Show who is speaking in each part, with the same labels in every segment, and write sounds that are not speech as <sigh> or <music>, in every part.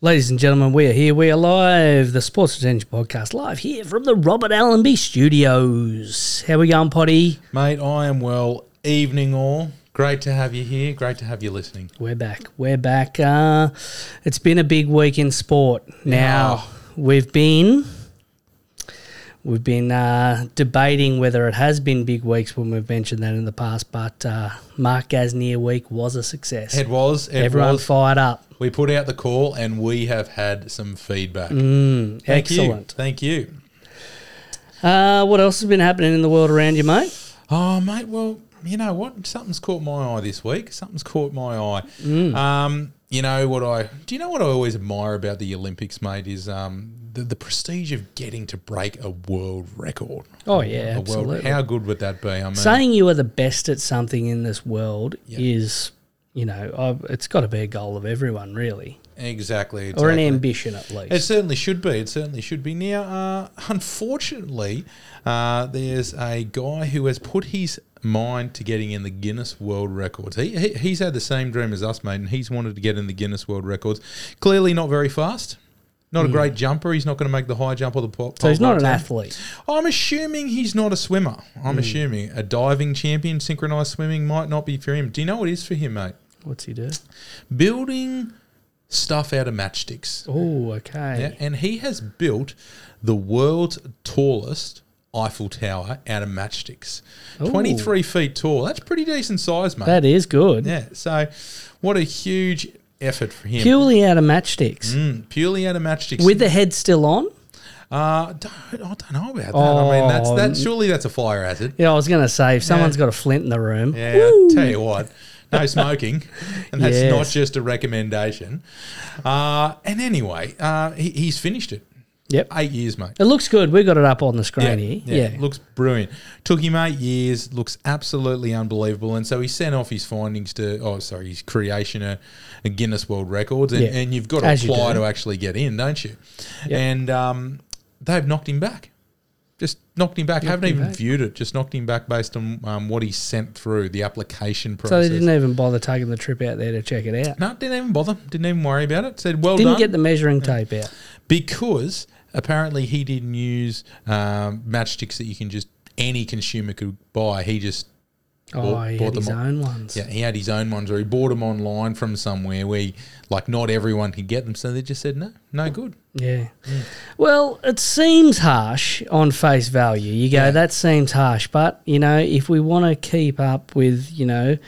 Speaker 1: Ladies and gentlemen, we are here. We are live. The Sports Attention Podcast live here from the Robert Allenby Studios. How we going, Potty?
Speaker 2: Mate, I am well. Evening all. Great to have you here. Great to have you listening.
Speaker 1: We're back. We're back. Uh, it's been a big week in sport. Now we've been we've been uh, debating whether it has been big weeks when we've mentioned that in the past, but uh, Mark Gasnier week was a success.
Speaker 2: It was. It
Speaker 1: Everyone
Speaker 2: was.
Speaker 1: fired up.
Speaker 2: we put out the call and we have had some feedback. Thank
Speaker 1: Mm, Excellent.
Speaker 2: You. Thank you.
Speaker 1: Uh, what else has been happening in the world around you, mate?
Speaker 2: Oh, mate, well, you know what? Something's caught my eye this week. Something's caught my eye.
Speaker 1: Mm.
Speaker 2: Um, you know what I do you know what I always admire about the Olympics, mate, is um the, the prestige of getting to break a world record.
Speaker 1: Oh yeah,
Speaker 2: A
Speaker 1: absolutely.
Speaker 2: world, how good would that be? I mean,
Speaker 1: saying you are the best at something in this world is, you know, I, it's got to be a goal of everyone, really,
Speaker 2: exactly,
Speaker 1: or an
Speaker 2: exactly.
Speaker 1: ambition at least.
Speaker 2: It certainly should be. It certainly should be. Now, uh, unfortunately, uh, there's a guy who has put his mind to getting in the Guinness World Records. He, he he's had the same dream as us, mate, and he's wanted to get in the Guinness World Records. Clearly, not very fast. Not a great jumper. He's not going to make the high jump or the pop.
Speaker 1: Hmm. so he's not an athlete. Hmm.
Speaker 2: I'm assuming he's not a swimmer. I'm assuming a diving champion, synchronized swimming might not be for him. Do you know what is for him, mate?
Speaker 1: What's he do?
Speaker 2: Building stuff out of matchsticks.
Speaker 1: Oh, okay.
Speaker 2: Yeah, and he has built the world's tallest Eiffel Tower out of matchsticks.
Speaker 1: Ooh.
Speaker 2: 23 feet tall. That's pretty decent size, mate.
Speaker 1: That is good.
Speaker 2: yeah, so what a huge effort for him.
Speaker 1: Purely out of matchsticks,
Speaker 2: Mm, purely out of matchsticks.
Speaker 1: with the head still on.
Speaker 2: uh, don't, I don't know about that.
Speaker 1: Oh,
Speaker 2: I mean, that's that. Surely that's a fire hazard.
Speaker 1: Yeah, I was going to say if someone's got a flint in the room.
Speaker 2: Yeah, I'll tell you what.
Speaker 1: <laughs>
Speaker 2: No smoking, and that's
Speaker 1: Yes.
Speaker 2: not just a recommendation. Uh, and anyway, uh, he, he's finished it.
Speaker 1: Yep.
Speaker 2: Eight years, mate.
Speaker 1: It looks good. We've got it up on the screen here. Yeah.
Speaker 2: Looks brilliant. Took him eight years. Looks absolutely unbelievable. And so he sent off his findings to, oh, sorry, his creation of a Guinness World Records. And,
Speaker 1: Yeah.
Speaker 2: and you've got to
Speaker 1: As you
Speaker 2: apply
Speaker 1: do.
Speaker 2: to actually get in, don't you?
Speaker 1: Yeah.
Speaker 2: And um, they've knocked him back. Just knocked him back. Haven't
Speaker 1: him
Speaker 2: even
Speaker 1: back.
Speaker 2: viewed it. Just knocked him back based on um, what he sent through the application
Speaker 1: So
Speaker 2: process.
Speaker 1: they didn't even bother taking the trip out there to check it out.
Speaker 2: no, didn't even bother. Didn't even worry about it. Said, well
Speaker 1: Didn't
Speaker 2: done.
Speaker 1: get the measuring tape out.
Speaker 2: because apparently he didn't use um, matchsticks that you can just any consumer could buy. He just
Speaker 1: Oh,
Speaker 2: Bought-
Speaker 1: he
Speaker 2: bought
Speaker 1: had
Speaker 2: them
Speaker 1: his
Speaker 2: all.
Speaker 1: own ones.
Speaker 2: yeah, he had his own ones, or he bought them online from somewhere where he, like not everyone could get them. So they just said no, no good.
Speaker 1: Yeah.
Speaker 2: Mm.
Speaker 1: Well, it seems harsh on face value. You go,
Speaker 2: Yeah.
Speaker 1: that seems harsh, but you know, if we want to keep up with, you know,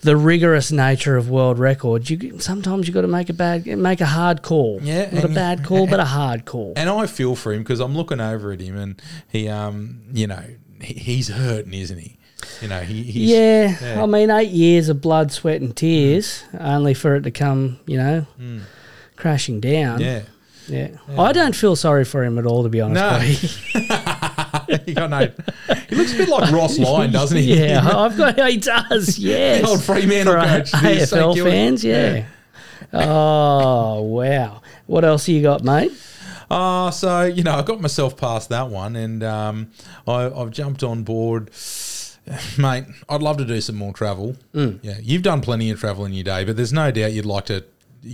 Speaker 1: the rigorous nature of world records, you sometimes you got to make a bad, make a hard call.
Speaker 2: Yeah,
Speaker 1: not a
Speaker 2: and- <laughs>
Speaker 1: bad call, but a hard call.
Speaker 2: And I feel for him because I'm looking over at him, and he, um, you know, he, he's hurting, isn't he? You know, he, he's
Speaker 1: yeah,
Speaker 2: yeah. Mm.
Speaker 1: I mean, eight years of blood, sweat, and tears, only for it to come, you know, crashing down.
Speaker 2: yeah. <laughs>
Speaker 1: Yeah. I don't feel sorry for him at all, to be honest.
Speaker 2: No.
Speaker 1: buddy.
Speaker 2: he got no. He looks a
Speaker 1: <laughs>
Speaker 2: bit like Ross Lyon, <laughs> doesn't he?
Speaker 1: Yeah, I've got. He does. Yes,
Speaker 2: <laughs> old Fremantle
Speaker 1: For our <laughs>
Speaker 2: coach, the
Speaker 1: AFL
Speaker 2: St Kilda.
Speaker 1: fans. Yeah. oh wow! What else you got, mate?
Speaker 2: Ah, so you know, I got myself past that one, and um, I, I've jumped on board, <sighs> mate. I'd love to do some more travel.
Speaker 1: Mm.
Speaker 2: Yeah, you've done plenty of travel in your day, but there's no doubt you'd like to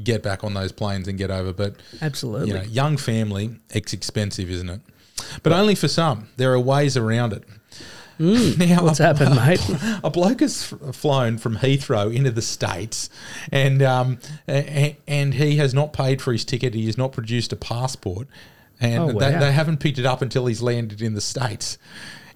Speaker 2: get back on those planes and get over. But
Speaker 1: Absolutely.
Speaker 2: you know, young family, it's expensive, isn't it? But only for some. There are ways around it. <laughs> now,
Speaker 1: Mm. What's
Speaker 2: a-
Speaker 1: happened, mate?
Speaker 2: <laughs> a bloke has f- flown from Heathrow into the states, and um, a- a- and he has not paid for his ticket. He has not produced a passport, and
Speaker 1: Oh,
Speaker 2: they,
Speaker 1: wow.
Speaker 2: they haven't picked it up until he's landed in the states.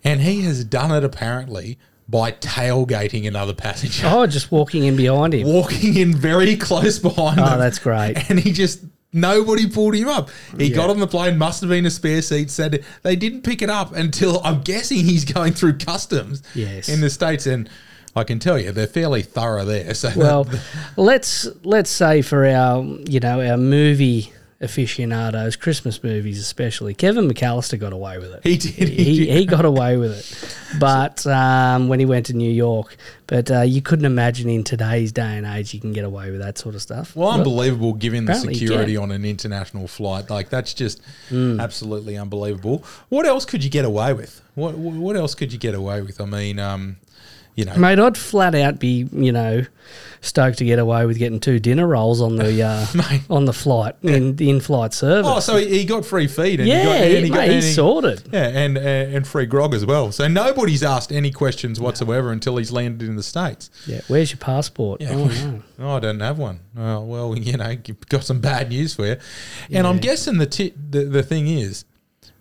Speaker 2: And he has done it apparently by tailgating another passenger,
Speaker 1: Oh, just walking in behind him.
Speaker 2: <laughs> walking in very close behind
Speaker 1: Oh,
Speaker 2: them.
Speaker 1: that's great.
Speaker 2: And he just. Nobody pulled him up. He
Speaker 1: Yeah.
Speaker 2: got on the plane, must have been a spare seat. Said they didn't pick it up until I'm guessing he's going through customs
Speaker 1: Yes.
Speaker 2: in the states. And I can tell you, they're fairly thorough there. So <laughs>
Speaker 1: Well, let's let's say for our you know our movie aficionados, Christmas movies especially, Kevin McAllister got away with it.
Speaker 2: he did.
Speaker 1: <laughs>
Speaker 2: He,
Speaker 1: he,
Speaker 2: did.
Speaker 1: he got away with it. But um, when he went to New York, but uh, you couldn't imagine in today's day and age you can get away with that sort of stuff.
Speaker 2: <laughs> Well, unbelievable given the
Speaker 1: apparently he
Speaker 2: security on an international flight. Like that's just
Speaker 1: Hmm.
Speaker 2: absolutely unbelievable. What else could you get away with? What What else could you get away with? I mean, um, you know,
Speaker 1: Mate, I'd flat out be, you know, stoked to get away with getting two dinner rolls on the uh,
Speaker 2: <laughs> Mate.
Speaker 1: on the flight in the in-flight service.
Speaker 2: Oh, so he, he got free feed and
Speaker 1: yeah,
Speaker 2: he got, and
Speaker 1: he-
Speaker 2: he got
Speaker 1: mate,
Speaker 2: and
Speaker 1: he's
Speaker 2: he-
Speaker 1: sorted.
Speaker 2: Yeah, and, uh, and and free grog as well. So nobody's asked any questions whatsoever until he's landed in the states.
Speaker 1: Yeah, where's your passport?
Speaker 2: Yeah.
Speaker 1: Oh, no.
Speaker 2: Oh, <laughs> I don't have one. Oh, well, <laughs> you know, you've got some bad news for you. And I'm guessing the, ti the the thing is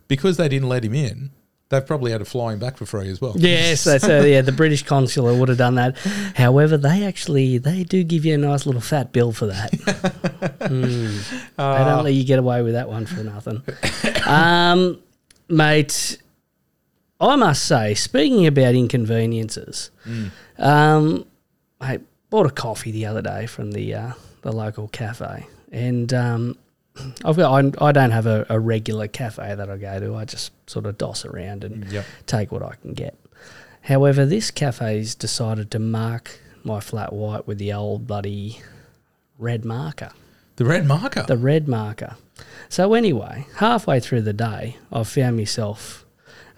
Speaker 2: because they didn't let him in, they've probably had to fly him back for free as well.
Speaker 1: Yes, that's uh, yeah. The British consular would have done that. However, they actually they do give you a nice little fat bill for that. Hmm. They don't let you get away with that one for nothing. um, mate, I must say, speaking about inconveniences, um, I bought a coffee the other day from the uh, the local cafe, and um, I've got I, I don't have a, a regular cafe that I go to. I just sort of doss around and
Speaker 2: Yep.
Speaker 1: take what I can get. However, this cafe's decided to mark my flat white with the old bloody red marker
Speaker 2: The red marker.
Speaker 1: the red marker. So anyway, halfway through the day, I found myself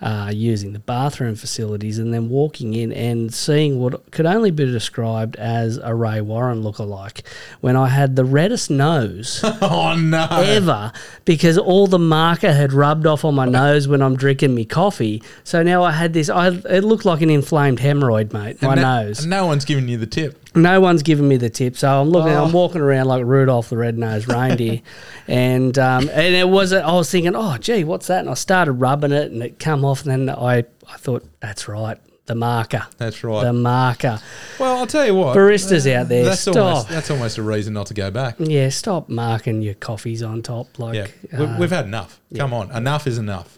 Speaker 1: uh, using the bathroom facilities and then walking in and seeing what could only be described as a Ray Warren lookalike when I had the reddest nose
Speaker 2: <laughs> oh, no.
Speaker 1: ever because all the marker had rubbed off on my nose when I'm drinking me coffee. So now I had this, I, it looked like an inflamed hemorrhoid, mate, my
Speaker 2: no,
Speaker 1: nose.
Speaker 2: No one's giving you the tip.
Speaker 1: No one's giving me the tip, so I'm looking.
Speaker 2: Oh.
Speaker 1: I'm walking around like Rudolph the Red-Nosed
Speaker 2: <laughs>
Speaker 1: Reindeer, and um, and it was. I was thinking, oh, gee, what's that? And I started rubbing it, and it come off. And then I, I thought, that's right, the marker,
Speaker 2: That's right.
Speaker 1: the marker.
Speaker 2: well, I'll tell you what.
Speaker 1: Baristas out there,
Speaker 2: that's
Speaker 1: stop.
Speaker 2: almost, that's almost a reason not to go back.
Speaker 1: Yeah, stop marking your coffees on top.
Speaker 2: Yeah.
Speaker 1: Like, uh,
Speaker 2: We- We've had enough. Come on. Enough is enough.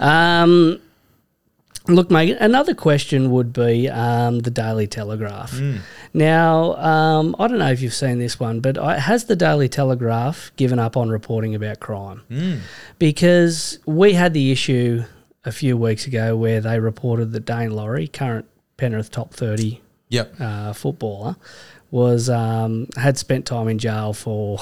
Speaker 1: Um, look, mate, another question would be um, the Daily Telegraph. Now, um, I don't know if you've seen this one, but I, has the Daily Telegraph given up on reporting about crime? Because we had the issue a few weeks ago where they reported that Dane Laurie, current Penrith top 30
Speaker 2: Yep.
Speaker 1: uh, footballer, was um, had spent time in jail for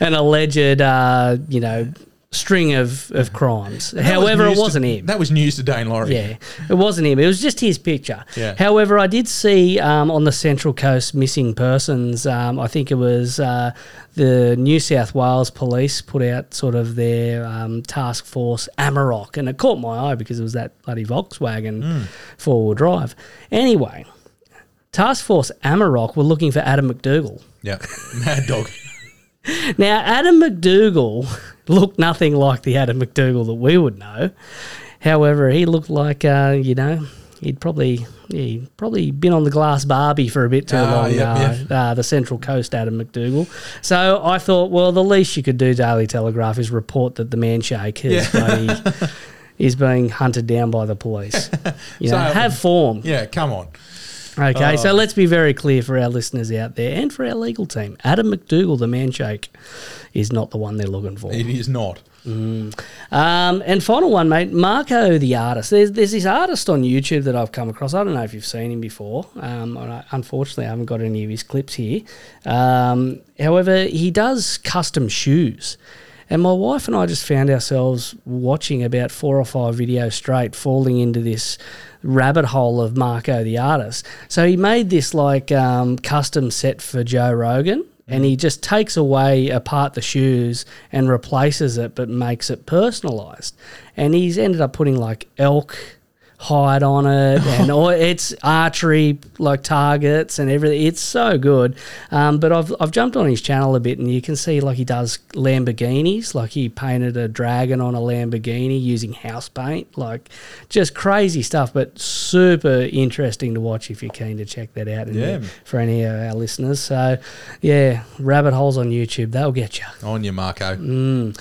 Speaker 1: an alleged, uh, you know, string of, of crimes.
Speaker 2: That was
Speaker 1: However,
Speaker 2: news
Speaker 1: it
Speaker 2: to-
Speaker 1: wasn't him.
Speaker 2: That was news to Dane Laurie.
Speaker 1: Yeah, it wasn't him. It was just his picture.
Speaker 2: Yeah.
Speaker 1: However, I did see um, on the Central Coast missing persons. Um, I think it was uh, the New South Wales Police put out sort of their um, task force Amarok, and it caught my eye because it was that bloody Volkswagen four wheel drive. Anyway, task force Amarok were looking for Adam McDougall.
Speaker 2: Yeah. <laughs> Mad dog.
Speaker 1: Now, Adam McDougall <laughs> looked nothing like the Adam McDougall that we would know. However, he looked like, uh, you know, he'd probably yeah, he'd probably been on the glass Barbie for a bit too
Speaker 2: Ah,
Speaker 1: long,
Speaker 2: yep,
Speaker 1: uh, Uh, the Central Coast Adam McDougall. So I thought, well, the least you could do, Daily Telegraph, is report that the man shake has bloody,
Speaker 2: <laughs>
Speaker 1: is being hunted down by the police. You know,
Speaker 2: So-
Speaker 1: have form.
Speaker 2: Yeah. Come on.
Speaker 1: Okay, so let's be very clear for our listeners out there and for our legal team. Adam McDougall, the man shake, is not the one they're looking for.
Speaker 2: It is not.
Speaker 1: Um, and final one, mate, Marco the artist. There's there's this artist on YouTube that I've come across. I don't know if you've seen him before. Um, and I- unfortunately, I haven't got any of his clips here. Um, however, he does custom shoes. And my wife and I just found ourselves watching about four or five videos straight, falling into this rabbit hole of Marco the artist. So he made this like um, custom set for Joe Rogan and he just takes away apart the shoes and replaces it but makes it personalized and he's ended up putting like elk hide on it and all, it's archery like targets and everything it's so good um, but I've, I've jumped on his channel a bit and you can see like he does lamborghinis like he painted a dragon on a lamborghini using house paint like just crazy stuff but super interesting to watch if you're keen to check that out and
Speaker 2: Yeah.
Speaker 1: for any of our listeners. So, yeah, rabbit holes on YouTube, that'll get you.
Speaker 2: On you, Marco.
Speaker 1: Mm.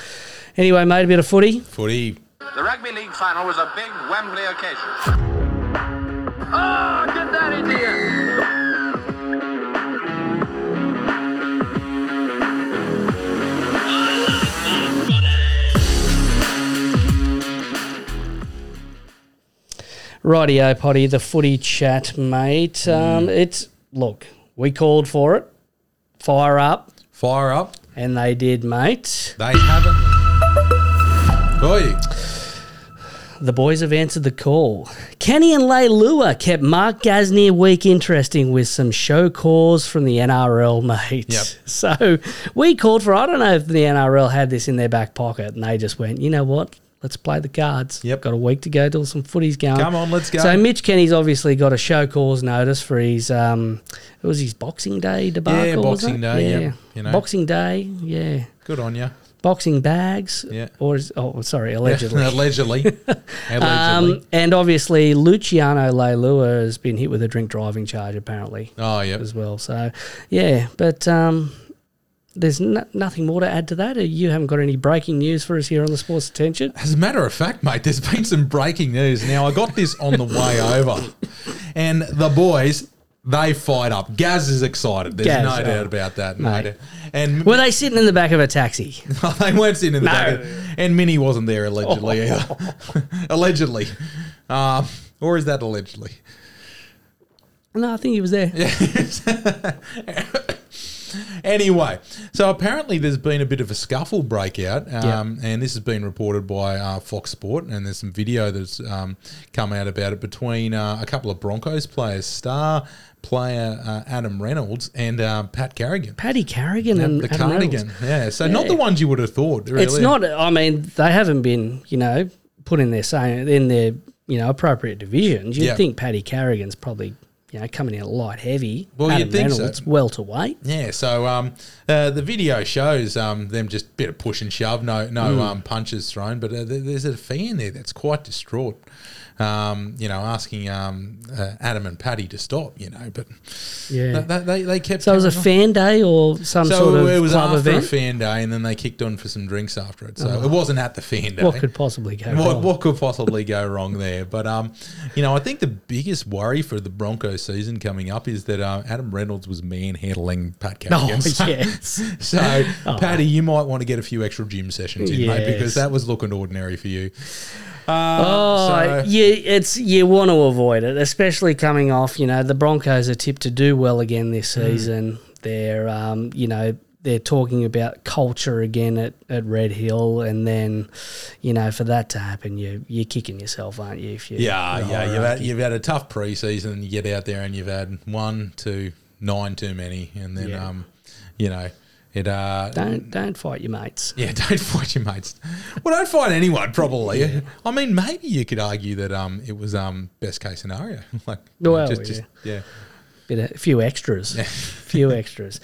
Speaker 1: Anyway, made a bit of footy.
Speaker 2: Footy.
Speaker 3: The rugby league final was a big Wembley occasion. Oh, get that into you!
Speaker 1: Rightio, Potty, the footy chat, mate. Um, It's, look, we called for it. Fire up.
Speaker 2: Fire up.
Speaker 1: And they did, mate.
Speaker 2: They haven't. Oi.
Speaker 1: The boys have answered the call. Kenny and Leilua kept Mark Gasnier week interesting with some show calls from the NRL, <laughs> mate.
Speaker 2: Yep.
Speaker 1: So we called for, I don't know if the NRL had this in their back pocket, and they just went, you know what? Let's play the cards.
Speaker 2: Yep.
Speaker 1: Got a week to go till some footy's going.
Speaker 2: Come on, let's go.
Speaker 1: So Mitch Kenny's obviously got a show cause notice for his, um, it was his Boxing Day debacle. was
Speaker 2: Boxing
Speaker 1: it?
Speaker 2: Day, yeah, you know.
Speaker 1: Boxing Day, yeah
Speaker 2: Good on you.
Speaker 1: boxing bags.
Speaker 2: Yeah.
Speaker 1: Or is, oh, sorry, allegedly.
Speaker 2: <laughs>
Speaker 1: <laughs>
Speaker 2: Allegedly. Allegedly.
Speaker 1: Um, and obviously, Luciano Leilua has been hit with a drink driving charge apparently
Speaker 2: oh, yeah.
Speaker 1: as well. So, yeah, but um, there's no, nothing more to add to that. Uh, You haven't got any breaking news for us here on the Sports
Speaker 2: <laughs>
Speaker 1: Attention.
Speaker 2: As a matter of fact, mate, there's been some breaking news. Now, I got this on
Speaker 1: <laughs>
Speaker 2: the way over, and the boys, they fired up. Gaz is excited. There's
Speaker 1: Gaz,
Speaker 2: no
Speaker 1: oh,
Speaker 2: doubt about that, mate.
Speaker 1: mate.
Speaker 2: And
Speaker 1: Were they sitting in the back of a taxi?
Speaker 2: <laughs> they weren't sitting in the
Speaker 1: No. Oh.
Speaker 2: back. And Minnie wasn't there, allegedly, either. <laughs> allegedly. Um, or is that allegedly?
Speaker 1: No, I think he was there.
Speaker 2: Anyway, so apparently there's been a bit of a scuffle breakout, um, and this has been reported by uh, Fox Sport, and there's some video that's um, come out about it between uh, a couple of Broncos players, star player uh, Adam Reynolds and uh, Pat Carrigan,
Speaker 1: Paddy Carrigan and
Speaker 2: the
Speaker 1: Adam Reynolds.
Speaker 2: Cardigan. Yeah, so not
Speaker 1: Yeah.
Speaker 2: the ones you would have thought. Really.
Speaker 1: It's not. I mean, they haven't been, you know, put in their same in their you know appropriate divisions. You'd
Speaker 2: Yeah.
Speaker 1: think Paddy Carrigan's probably you know coming in light heavy.
Speaker 2: Well, you'd
Speaker 1: Adam
Speaker 2: think so.
Speaker 1: Reynolds, welterweight.
Speaker 2: Yeah, so um, uh, the video shows um, them just bit of push and shove, no no
Speaker 1: Mm.
Speaker 2: um, punches thrown, but uh, there- there's a fan there that's quite distraught, um, you know, asking um, uh, Adam and Patty to stop, you know, but
Speaker 1: Yeah.
Speaker 2: th- th- they, they kept
Speaker 1: so it was a
Speaker 2: carrying
Speaker 1: fan
Speaker 2: on.
Speaker 1: day or some
Speaker 2: So
Speaker 1: sort of
Speaker 2: it was
Speaker 1: club
Speaker 2: after
Speaker 1: event. Oh.
Speaker 2: a fan day, and then they kicked on for some drinks after it. So it wasn't at the fan day.
Speaker 1: what could possibly go
Speaker 2: <laughs> What,
Speaker 1: wrong?
Speaker 2: what could possibly go wrong there? But um, you know, I think the biggest worry for the Broncos season coming up is that uh, Adam Reynolds was manhandling Pat Carrigan.
Speaker 1: <laughs> Oh, <laughs>
Speaker 2: So-
Speaker 1: yes.
Speaker 2: <laughs>
Speaker 1: <laughs>
Speaker 2: So, Paddy, you might want to get a few extra gym sessions in, mate,
Speaker 1: Oh. Yes.
Speaker 2: because that was looking ordinary for you. Uh,
Speaker 1: Oh,
Speaker 2: So-
Speaker 1: you it's you want to avoid it, especially coming off. You know, the Broncos are tipped to do well again this
Speaker 2: Mm.
Speaker 1: season. They're, um, you know, they're talking about culture again at, at Red Hill, and then, you know, for that to happen, you you're kicking yourself, aren't you? If you the
Speaker 2: Yeah, yeah. You've had,
Speaker 1: hierarchy.
Speaker 2: you've had a tough preseason. and You get out there and you've had one, two, nine too many, and then
Speaker 1: Yeah.
Speaker 2: um, you know, it uh,
Speaker 1: don't don't fight your mates.
Speaker 2: Yeah, <laughs> don't fight your mates. Well, don't fight anyone, probably. I mean, maybe you could argue that um, it was um, best case scenario. <laughs> like, you know,
Speaker 1: Well,
Speaker 2: just,
Speaker 1: yeah.
Speaker 2: just yeah.
Speaker 1: Bit of, a few
Speaker 2: <laughs>
Speaker 1: extras, few extras.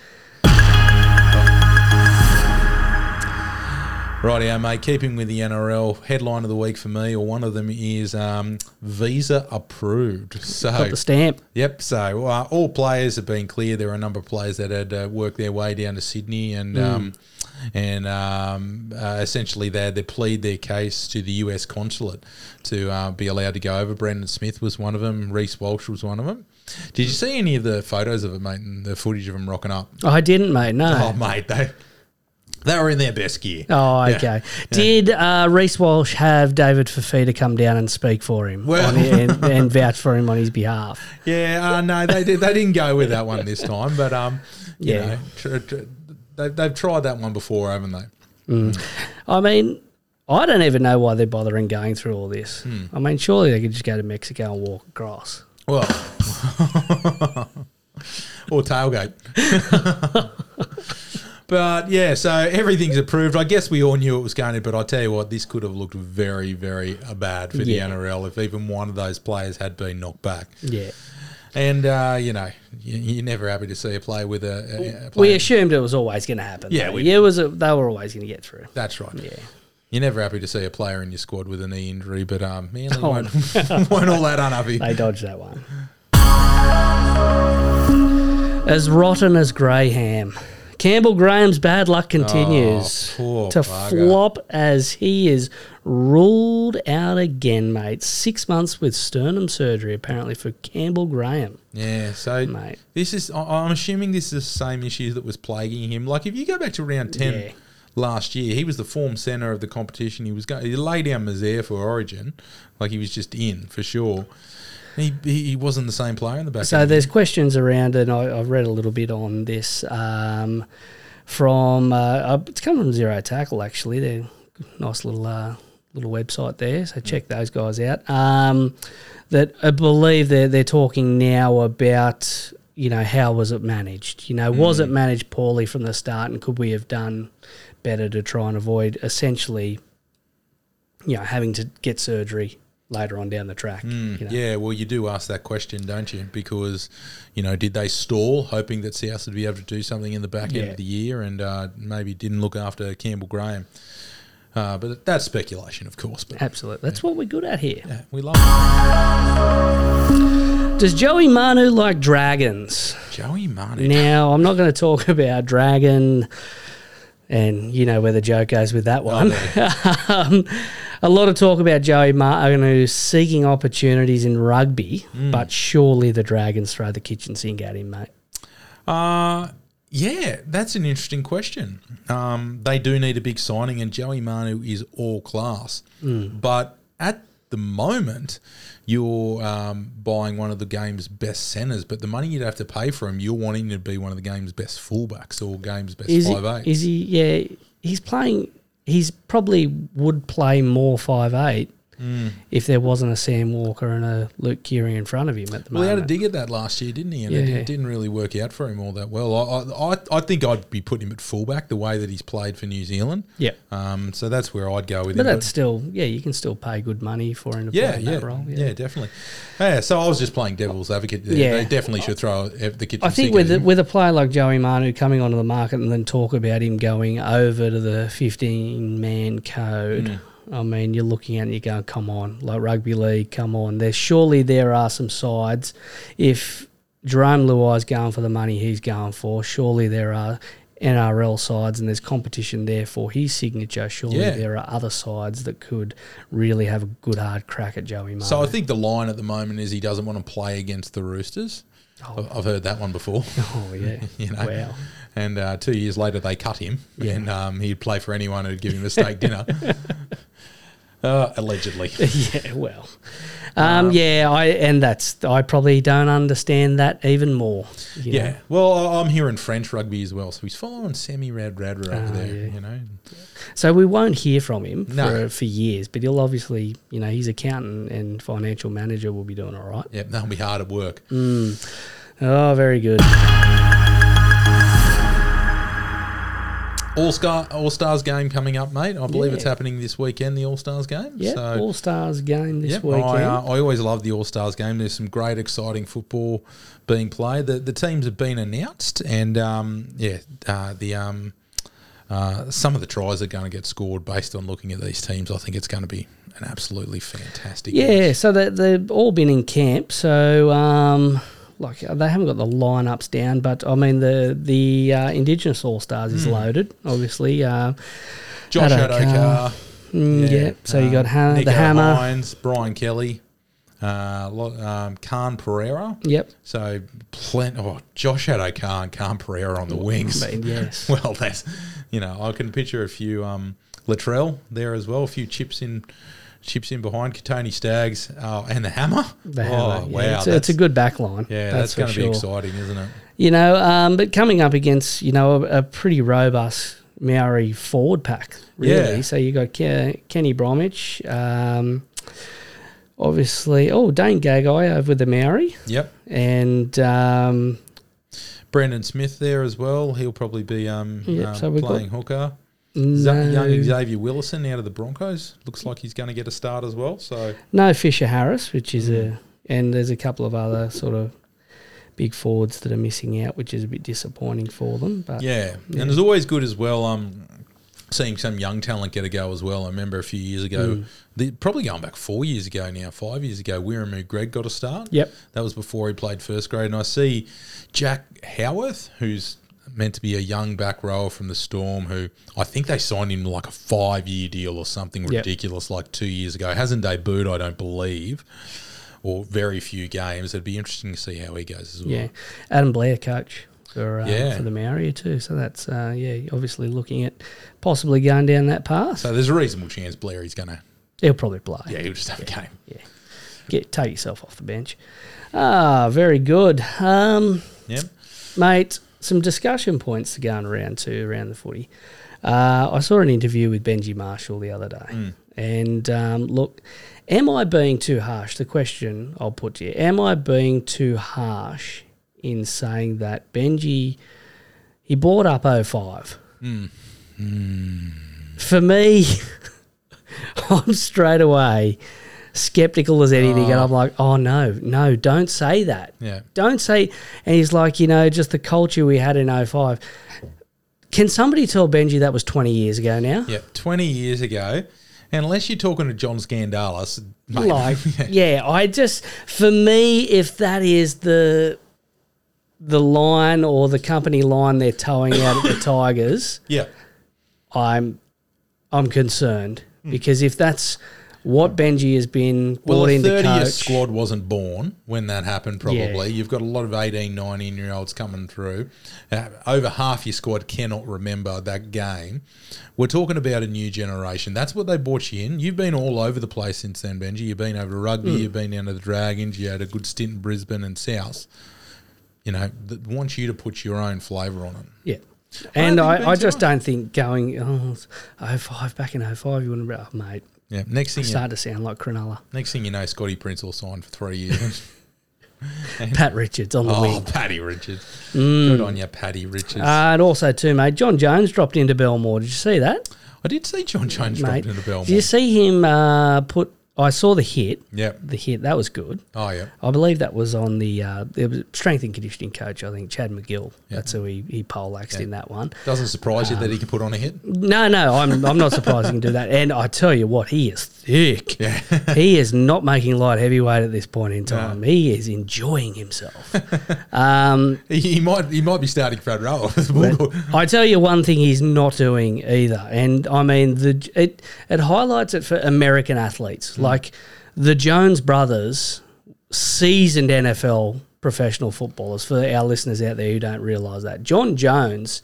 Speaker 2: Rightio, uh, mate. Keeping with the NRL headline of the week for me, or one of them is um, visa approved. So
Speaker 1: Got the stamp.
Speaker 2: Yep. So uh, all players have been clear. There are a number of players that had uh, worked their way down to Sydney and
Speaker 1: Hmm.
Speaker 2: um, and um, uh, essentially they they plead their case to the US consulate to uh, be allowed to go over. Brandon Smith was one of them. Reese Walsh was one of them. Did you see any of the photos of it, mate, and the footage of them rocking up?
Speaker 1: I didn't, mate.
Speaker 2: Oh,
Speaker 1: No.
Speaker 2: mate, they they were in their best gear.
Speaker 1: Oh,
Speaker 2: Yeah.
Speaker 1: okay. Did uh, Reese Walsh have David Fafita come down and speak for him
Speaker 2: Well-
Speaker 1: on, and, and vouch for him on his behalf?
Speaker 2: Yeah, uh, no, they did. They didn't go with that one this time, but um, you
Speaker 1: Yeah.
Speaker 2: know, tr- tr- they, they've tried that one before, haven't they?
Speaker 1: I mean, I don't even know why they're bothering going through all this.
Speaker 2: Hmm.
Speaker 1: I mean, surely they could just go to Mexico and walk across.
Speaker 2: Well, <laughs> or tailgate. <laughs> but yeah, so everything's approved. I guess we all knew it was going to, but I tell you what, this could have looked very, very uh, bad for
Speaker 1: Yeah.
Speaker 2: the NRL if even one of those players had been knocked back.
Speaker 1: Yeah.
Speaker 2: And uh, you know, you, you're never happy to see a player with a, a, a
Speaker 1: We
Speaker 2: player.
Speaker 1: assumed it was always going to happen.
Speaker 2: Yeah,
Speaker 1: though.
Speaker 2: we-
Speaker 1: yeah, it was. A, they were always going to get through.
Speaker 2: That's right.
Speaker 1: Yeah.
Speaker 2: You're never happy to see a player in your squad with a knee injury, but um, Manly
Speaker 1: Oh, <laughs>
Speaker 2: weren't, <laughs> weren't all that unhappy.
Speaker 1: They dodged that one. <laughs> As rotten as grey ham. Campbell Graham's bad luck continues
Speaker 2: Oh, poor
Speaker 1: to
Speaker 2: bugger.
Speaker 1: flop as he is ruled out again, mate. Six months with sternum surgery, apparently, for Campbell Graham.
Speaker 2: Yeah, so
Speaker 1: Mate.
Speaker 2: this is. I- I'm assuming this is the same issue that was plaguing him. Like if you go back to round ten
Speaker 1: Yeah.
Speaker 2: last year, he was the form center of the competition. He was going. He laid down Mazair for Origin, like he was just in for sure. He he he wasn't the same player in the back.
Speaker 1: So
Speaker 2: end.
Speaker 1: there's questions around, and I, I've read a little bit on this um, from uh, uh, it's come from Zero Tackle actually. They're nice little uh, little website there. So check those guys out. Um, that I believe they're they're talking now about you know how was it managed? You know, was it managed poorly from the start, and could we have done better to try and avoid essentially, you know, having to get surgery later on down the track? you know?
Speaker 2: Yeah, well, you do ask that question, don't you? Because, you know, did they stall, hoping that South would be able to do something in the back
Speaker 1: Yeah.
Speaker 2: end of the year and uh, maybe didn't look after Campbell Graham? Uh, but that's speculation, of course. But
Speaker 1: Absolutely. That's what we're good at here.
Speaker 2: yeah, we love
Speaker 1: Does Joey Manu like dragons?
Speaker 2: Joey Manu.
Speaker 1: Now, I'm not going to talk <laughs> about dragon and you know where the joke goes with that one.
Speaker 2: Oh,
Speaker 1: <laughs> um, a lot of talk about Joey Manu seeking opportunities in rugby,
Speaker 2: Hmm.
Speaker 1: but surely the dragons throw the kitchen sink at him, mate.
Speaker 2: Uh, yeah, that's an interesting question. Um, they do need a big signing, and Joey Manu is all class.
Speaker 1: Mm.
Speaker 2: But at the moment, you're um, buying one of the game's best centres, but the money you'd have to pay for him, you're wanting to be one of the game's best fullbacks or game's best
Speaker 1: Is
Speaker 2: five
Speaker 1: he, is he? Yeah, he's playing. He's probably would play more five eight
Speaker 2: Hmm.
Speaker 1: if there wasn't a Sam Walker and a Luke Keary in front of him at the
Speaker 2: Well, he had
Speaker 1: moment.
Speaker 2: a dig at that last year, didn't he? And it
Speaker 1: Yeah.
Speaker 2: didn't- didn't really work out for him all that well. I, I, I- I think I'd be putting him at fullback the way that he's played for New Zealand.
Speaker 1: Yeah.
Speaker 2: Um, so that's where I'd go with
Speaker 1: But
Speaker 2: him.
Speaker 1: that's still, yeah, you can still pay good money for him to
Speaker 2: yeah,
Speaker 1: play in
Speaker 2: yeah,
Speaker 1: that role.
Speaker 2: yeah, definitely. Yeah, so I was just playing devil's advocate. There.
Speaker 1: Yeah.
Speaker 2: they definitely should throw ev- the kitchen.
Speaker 1: I think
Speaker 2: sink
Speaker 1: with a,
Speaker 2: at him.
Speaker 1: with a player like Joey Manu coming onto the market and then talk about him going over to the 15 man code, I mean, you're looking at it and you're going, come on, like rugby league, come on. There surely there are some sides. If Jerome Luai's going for the money he's going for, surely there are NRL sides and there's competition there for his signature. Surely
Speaker 2: Yeah.
Speaker 1: there are other sides that could really have a good hard crack at Joey Manu.
Speaker 2: so I think the line at the moment is he doesn't want to play against the Roosters.
Speaker 1: Oh.
Speaker 2: I- I've heard that one before. <laughs>
Speaker 1: oh yeah,
Speaker 2: You know,
Speaker 1: wow.
Speaker 2: and uh, two years later they cut him,
Speaker 1: Yeah.
Speaker 2: and um, he'd play for anyone who'd give him a
Speaker 1: <laughs>
Speaker 2: steak dinner. <laughs> Uh, allegedly,
Speaker 1: <laughs> yeah, well,
Speaker 2: Uh,
Speaker 1: um, yeah, I and that's I probably don't understand that even more. you know.
Speaker 2: yeah. Well, I- I'm hearing French rugby as well, so he's following Sammy Rad Radra over
Speaker 1: Ah,
Speaker 2: there.
Speaker 1: yeah.
Speaker 2: You know,
Speaker 1: So we won't hear from him
Speaker 2: No.
Speaker 1: for, for years, but he'll obviously, you know, his accountant and financial manager will be doing all right.
Speaker 2: yeah, that'll be hard at work.
Speaker 1: Oh, very
Speaker 2: <coughs>
Speaker 1: good.
Speaker 2: All Star All Stars game coming up, mate. I believe it's
Speaker 1: Yeah.
Speaker 2: happening this weekend. The All Stars game.
Speaker 1: Yeah,
Speaker 2: So-
Speaker 1: All Stars game this
Speaker 2: Yep,
Speaker 1: weekend.
Speaker 2: I, uh, I always love the All Stars game. There's some great, exciting football being played. The, the teams have been announced, and um, yeah, uh, the um, uh, some of the tries are going to get scored based on looking at these teams. I think it's going to be an absolutely fantastic.
Speaker 1: Yeah, so they, they've all been in camp. So, um, like, they haven't got the lineups down, but I mean, the the uh, Indigenous All Stars
Speaker 2: Hmm.
Speaker 1: is loaded, obviously. Uh,
Speaker 2: Josh
Speaker 1: Adokar.
Speaker 2: Adokar.
Speaker 1: mm, uh, yeah. So
Speaker 2: um,
Speaker 1: you got ha-
Speaker 2: Nico
Speaker 1: the Hammer.
Speaker 2: Hines, Brian Kelly, uh, lo- um, Khan Pereira.
Speaker 1: Yep.
Speaker 2: So plenty. Oh, Josh Adokar and Khan Pereira on the wings.
Speaker 1: I mean, yes.
Speaker 2: <laughs> Well, that's you know I can picture a few um, Latrell there as well, a few chips in, chips in behind Katoni Stags oh, and the hammer.
Speaker 1: The
Speaker 2: oh
Speaker 1: hammer, yeah. It's, a-
Speaker 2: wow,
Speaker 1: it's a
Speaker 2: that's-
Speaker 1: good back line.
Speaker 2: yeah, that's,
Speaker 1: for
Speaker 2: going to
Speaker 1: sure.
Speaker 2: be exciting, isn't it?
Speaker 1: You know, um, but coming up against you know a, a pretty robust Maori forward pack, really.
Speaker 2: Yeah.
Speaker 1: So you got Ke- Kenny Bromwich, um, obviously. Oh, Dane Gagai over the Maori,
Speaker 2: Yep,
Speaker 1: and um,
Speaker 2: Brandon Smith there as well. He'll probably be um,
Speaker 1: Yep,
Speaker 2: um,
Speaker 1: so we've got-
Speaker 2: playing hooker. Z-
Speaker 1: no,
Speaker 2: Young Xavier Willison out of the Broncos looks like he's going to get a start as well. So
Speaker 1: no Fisher Harris, which is
Speaker 2: Mm.
Speaker 1: a and there's a couple of other sort of big forwards that are missing out, which is a bit disappointing for them. But
Speaker 2: Yeah, and it's always good as well. Um, seeing some young talent get a go as well. I remember a few years ago,
Speaker 1: Mm.
Speaker 2: the, probably going back four years ago now, five years ago, Wiramu Greg got a start.
Speaker 1: Yep.
Speaker 2: that was before he played first grade. And I see Jack Howarth, who's meant to be a young back rower from the Storm, who I think they signed him to like a five-year deal or something
Speaker 1: Yep.
Speaker 2: ridiculous, like two years ago. Hasn't debuted, I don't believe. Or very few games. It'd be interesting to see how he goes as well.
Speaker 1: Yeah, Adam Blair, coach for uh,
Speaker 2: Yeah.
Speaker 1: for the Maori too. So that's uh, yeah, obviously looking at possibly going down that path.
Speaker 2: So there's a reasonable chance Blair is going to.
Speaker 1: He'll probably play.
Speaker 2: Yeah, he'll just have a game.
Speaker 1: Get take yourself off the bench. Ah, very good, um,
Speaker 2: Yep.
Speaker 1: mate. Some discussion points
Speaker 2: Mm.
Speaker 1: to go on around too around the footy. Uh, I saw an interview with Benji Marshall the other day, And um, look, am I being too harsh? The question I'll put to you: Am I being too harsh in saying that Benji he brought up 05? Hmm. For me, <laughs> I'm straight away skeptical as anything, and I'm like, oh no, no, don't say that.
Speaker 2: Yeah.
Speaker 1: Don't say. And he's like, you know, just the culture we had in 05. Can somebody tell Benji that was 20 years ago now?
Speaker 2: Yeah, 20 years ago. Unless you're talking to John Scandalis,
Speaker 1: <laughs>
Speaker 2: mate,
Speaker 1: Like, yeah, I just for me, if that is the the line or the company line they're towing out at the Tigers,
Speaker 2: yeah,
Speaker 1: I'm I'm concerned because if that's what Benji has been brought
Speaker 2: Hmm. Well,
Speaker 1: in
Speaker 2: the
Speaker 1: to
Speaker 2: 30th
Speaker 1: coach,
Speaker 2: squad wasn't born when that happened, probably. You've got a lot of 18, 19 year olds coming through. Uh, over half your squad cannot remember that game. We're talking about a new generation. That's what they brought you in. You've been all over the place since then, Benji. You've been over to rugby, you've been down to the Dragons, you had a good stint in Brisbane and South. You know, th- want you to put your own flavour on it.
Speaker 1: yeah. And
Speaker 2: think
Speaker 1: I, I
Speaker 2: Ben's
Speaker 1: just
Speaker 2: right.
Speaker 1: don't think going oh, 05 back in 05 you wouldn't oh, mate
Speaker 2: Yeah. Next thing, you,
Speaker 1: start to sound like Cronulla <laughs>
Speaker 2: next thing you know, Scotty Prince will sign for three years. <laughs>
Speaker 1: Pat Richards on the
Speaker 2: oh,
Speaker 1: wing
Speaker 2: Paddy Richards. Good on you, Paddy Richards.
Speaker 1: Mm. uh, and also too mate John Jones dropped into Belmore did you see that
Speaker 2: I did see John Jones
Speaker 1: mate.
Speaker 2: dropped into Belmont.
Speaker 1: Did you see him uh, put? I saw the hit.
Speaker 2: Yep.
Speaker 1: The hit that was good.
Speaker 2: Oh yeah.
Speaker 1: I believe that was on the uh, it was strength and conditioning coach. I think Chad McGill. That's who he, he poleaxed in that one.
Speaker 2: Doesn't surprise you that
Speaker 1: Um,
Speaker 2: he can put on
Speaker 1: <laughs>
Speaker 2: a hit.
Speaker 1: No, no, I'm I'm not surprised he can do that. And I tell you what, he is thick.
Speaker 2: Yeah. <laughs>
Speaker 1: he is not making light heavyweight at this point in time. He is enjoying himself.
Speaker 2: <laughs>
Speaker 1: um,
Speaker 2: He, he might he might be starting Brad Rowe. as a Bulldog.
Speaker 1: I tell you one thing he's not doing either, and I mean the it it highlights it for American
Speaker 2: Hmm.
Speaker 1: athletes like the Jones brothers, seasoned NFL professional footballers. For our listeners out there who don't realise that John Jones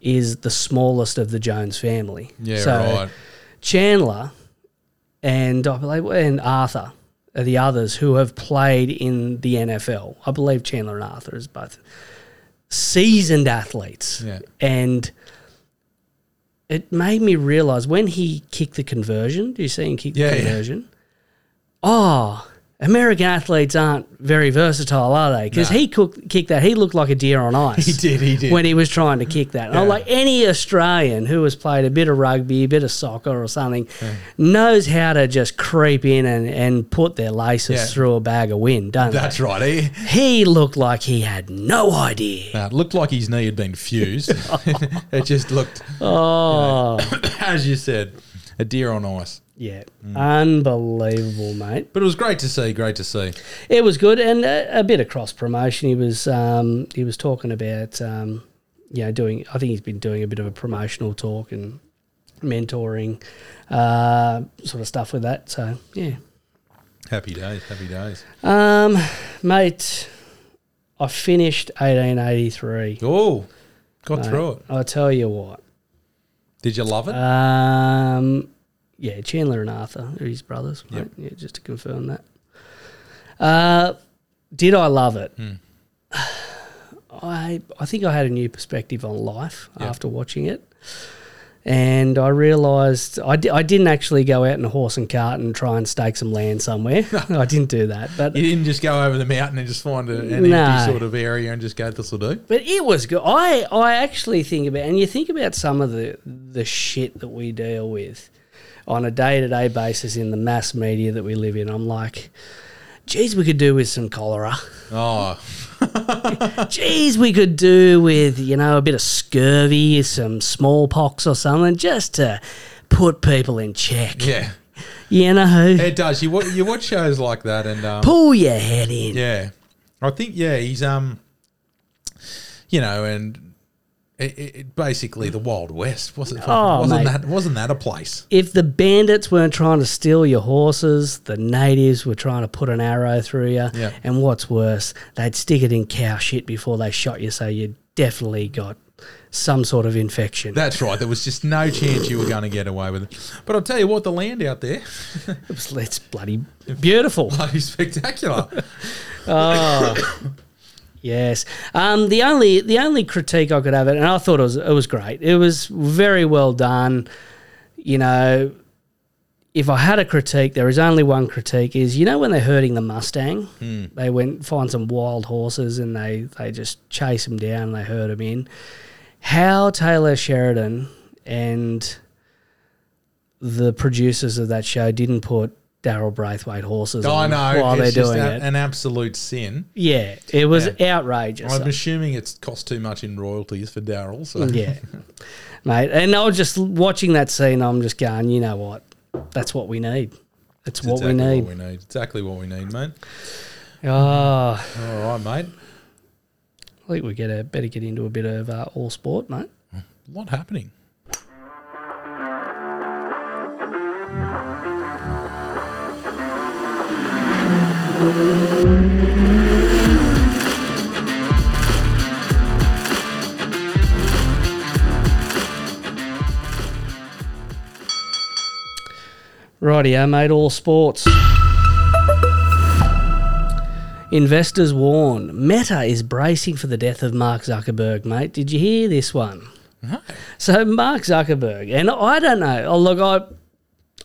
Speaker 1: is the smallest of the Jones family.
Speaker 2: Yeah,
Speaker 1: so
Speaker 2: right.
Speaker 1: Chandler and I believe and Arthur are the others who have played in the NFL. I believe Chandler and Arthur is both seasoned athletes.
Speaker 2: Yeah.
Speaker 1: And it made me realize when he kicked the conversion, do you see him kick
Speaker 2: Yeah,
Speaker 1: the
Speaker 2: yeah.
Speaker 1: conversion? Oh, American athletes aren't very versatile, are they? Because he cook, kicked that. He looked like a deer on ice.
Speaker 2: <laughs> He did, he did.
Speaker 1: When he was trying to kick that. And I'm
Speaker 2: Yeah.
Speaker 1: like, any Australian who has played a bit of rugby, a bit of soccer or something, knows how to just creep in and, and put their laces
Speaker 2: Yeah.
Speaker 1: through a bag of wind, don't they?
Speaker 2: That's right. He
Speaker 1: <laughs> He looked like he had no idea.
Speaker 2: uh, it looked like his knee had
Speaker 1: <laughs>
Speaker 2: been fused. <laughs> it just looked, <coughs>
Speaker 1: Oh,
Speaker 2: as you said, a deer on ice.
Speaker 1: yeah. Unbelievable, mate.
Speaker 2: But it was great to see. Great to see.
Speaker 1: It was good and a, a bit of cross promotion. He was um, he was talking about um, you know doing I think he's been doing a bit of a promotional talk and mentoring uh, sort of stuff with that. So, yeah.
Speaker 2: Happy days. Happy days.
Speaker 1: Um, mate, I finished 1883.
Speaker 2: Oh, got through it.
Speaker 1: I tell you what.
Speaker 2: Did you love it?
Speaker 1: Um, yeah, Chandler and Arthur are his brothers. Right?
Speaker 2: Yep.
Speaker 1: Yeah, just to confirm that. Uh, did I love it?
Speaker 2: Hmm.
Speaker 1: <sighs> I I think I had a new perspective on life after watching it, and I realised I di- I didn't actually go out in a horse and cart and try and stake some land somewhere. <laughs> I didn't do that, but
Speaker 2: you didn't just go over the mountain and just find a, an
Speaker 1: No.
Speaker 2: empty sort of area and just go, "This will do."
Speaker 1: But it was good. I, I actually think about and you think about some of the the shit that we deal with on a day to day basis in the mass media that we live in. I'm like, geez, we could do with some cholera.
Speaker 2: Oh,
Speaker 1: Geez, we could do with you know a bit of scurvy, some smallpox or something, just to put people in check.
Speaker 2: yeah,
Speaker 1: You know,
Speaker 2: it does. You wa- you watch shows like that, and um,
Speaker 1: pull your head in.
Speaker 2: Yeah, I think yeah he's um, you know, and it, it, it basically the Wild West wasn't
Speaker 1: Oh,
Speaker 2: wasn't
Speaker 1: mate.
Speaker 2: that wasn't that a place?
Speaker 1: if the bandits weren't trying to steal your horses, the natives were trying to put an arrow through you.
Speaker 2: Yeah.
Speaker 1: And what's worse, they'd stick it in cow shit before they shot you, so you definitely got some sort of infection.
Speaker 2: That's right. There was just no chance you were going to get away with it. But I'll tell you what, the land out there
Speaker 1: it was, it's bloody beautiful.
Speaker 2: <laughs> bloody spectacular.
Speaker 1: Yes. Um, the only the only critique I could have it, and I thought it was it was great. It was very well done. You know, if I had a critique, there is only one critique: is you know when they're herding the Mustang,
Speaker 2: Hmm.
Speaker 1: they went find some wild horses and they they just chase them down and they herd them in. How Taylor Sheridan and the producers of that show didn't put Daryl Braithwaite horses
Speaker 2: I
Speaker 1: on
Speaker 2: know.
Speaker 1: while they're
Speaker 2: it's just
Speaker 1: doing
Speaker 2: a-
Speaker 1: it.
Speaker 2: an absolute sin.
Speaker 1: yeah, it was
Speaker 2: Yeah.
Speaker 1: outrageous.
Speaker 2: I'm assuming it's cost too much in royalties for Daryl. So
Speaker 1: Yeah, <laughs> mate. And I was just watching that scene. I'm just going, you know what? That's what we need. That's what we
Speaker 2: exactly
Speaker 1: need.
Speaker 2: What we need. Exactly what we need, mate.
Speaker 1: Ah,
Speaker 2: All right, mate.
Speaker 1: I think we get a, better get into a bit of uh, all sport, mate.
Speaker 2: A lot happening.
Speaker 1: Rightio, mate. All sports. Investors warn Meta is bracing for the death of Mark Zuckerberg, mate. Did you hear this one? So Mark Zuckerberg, and I don't know. Oh, look, I,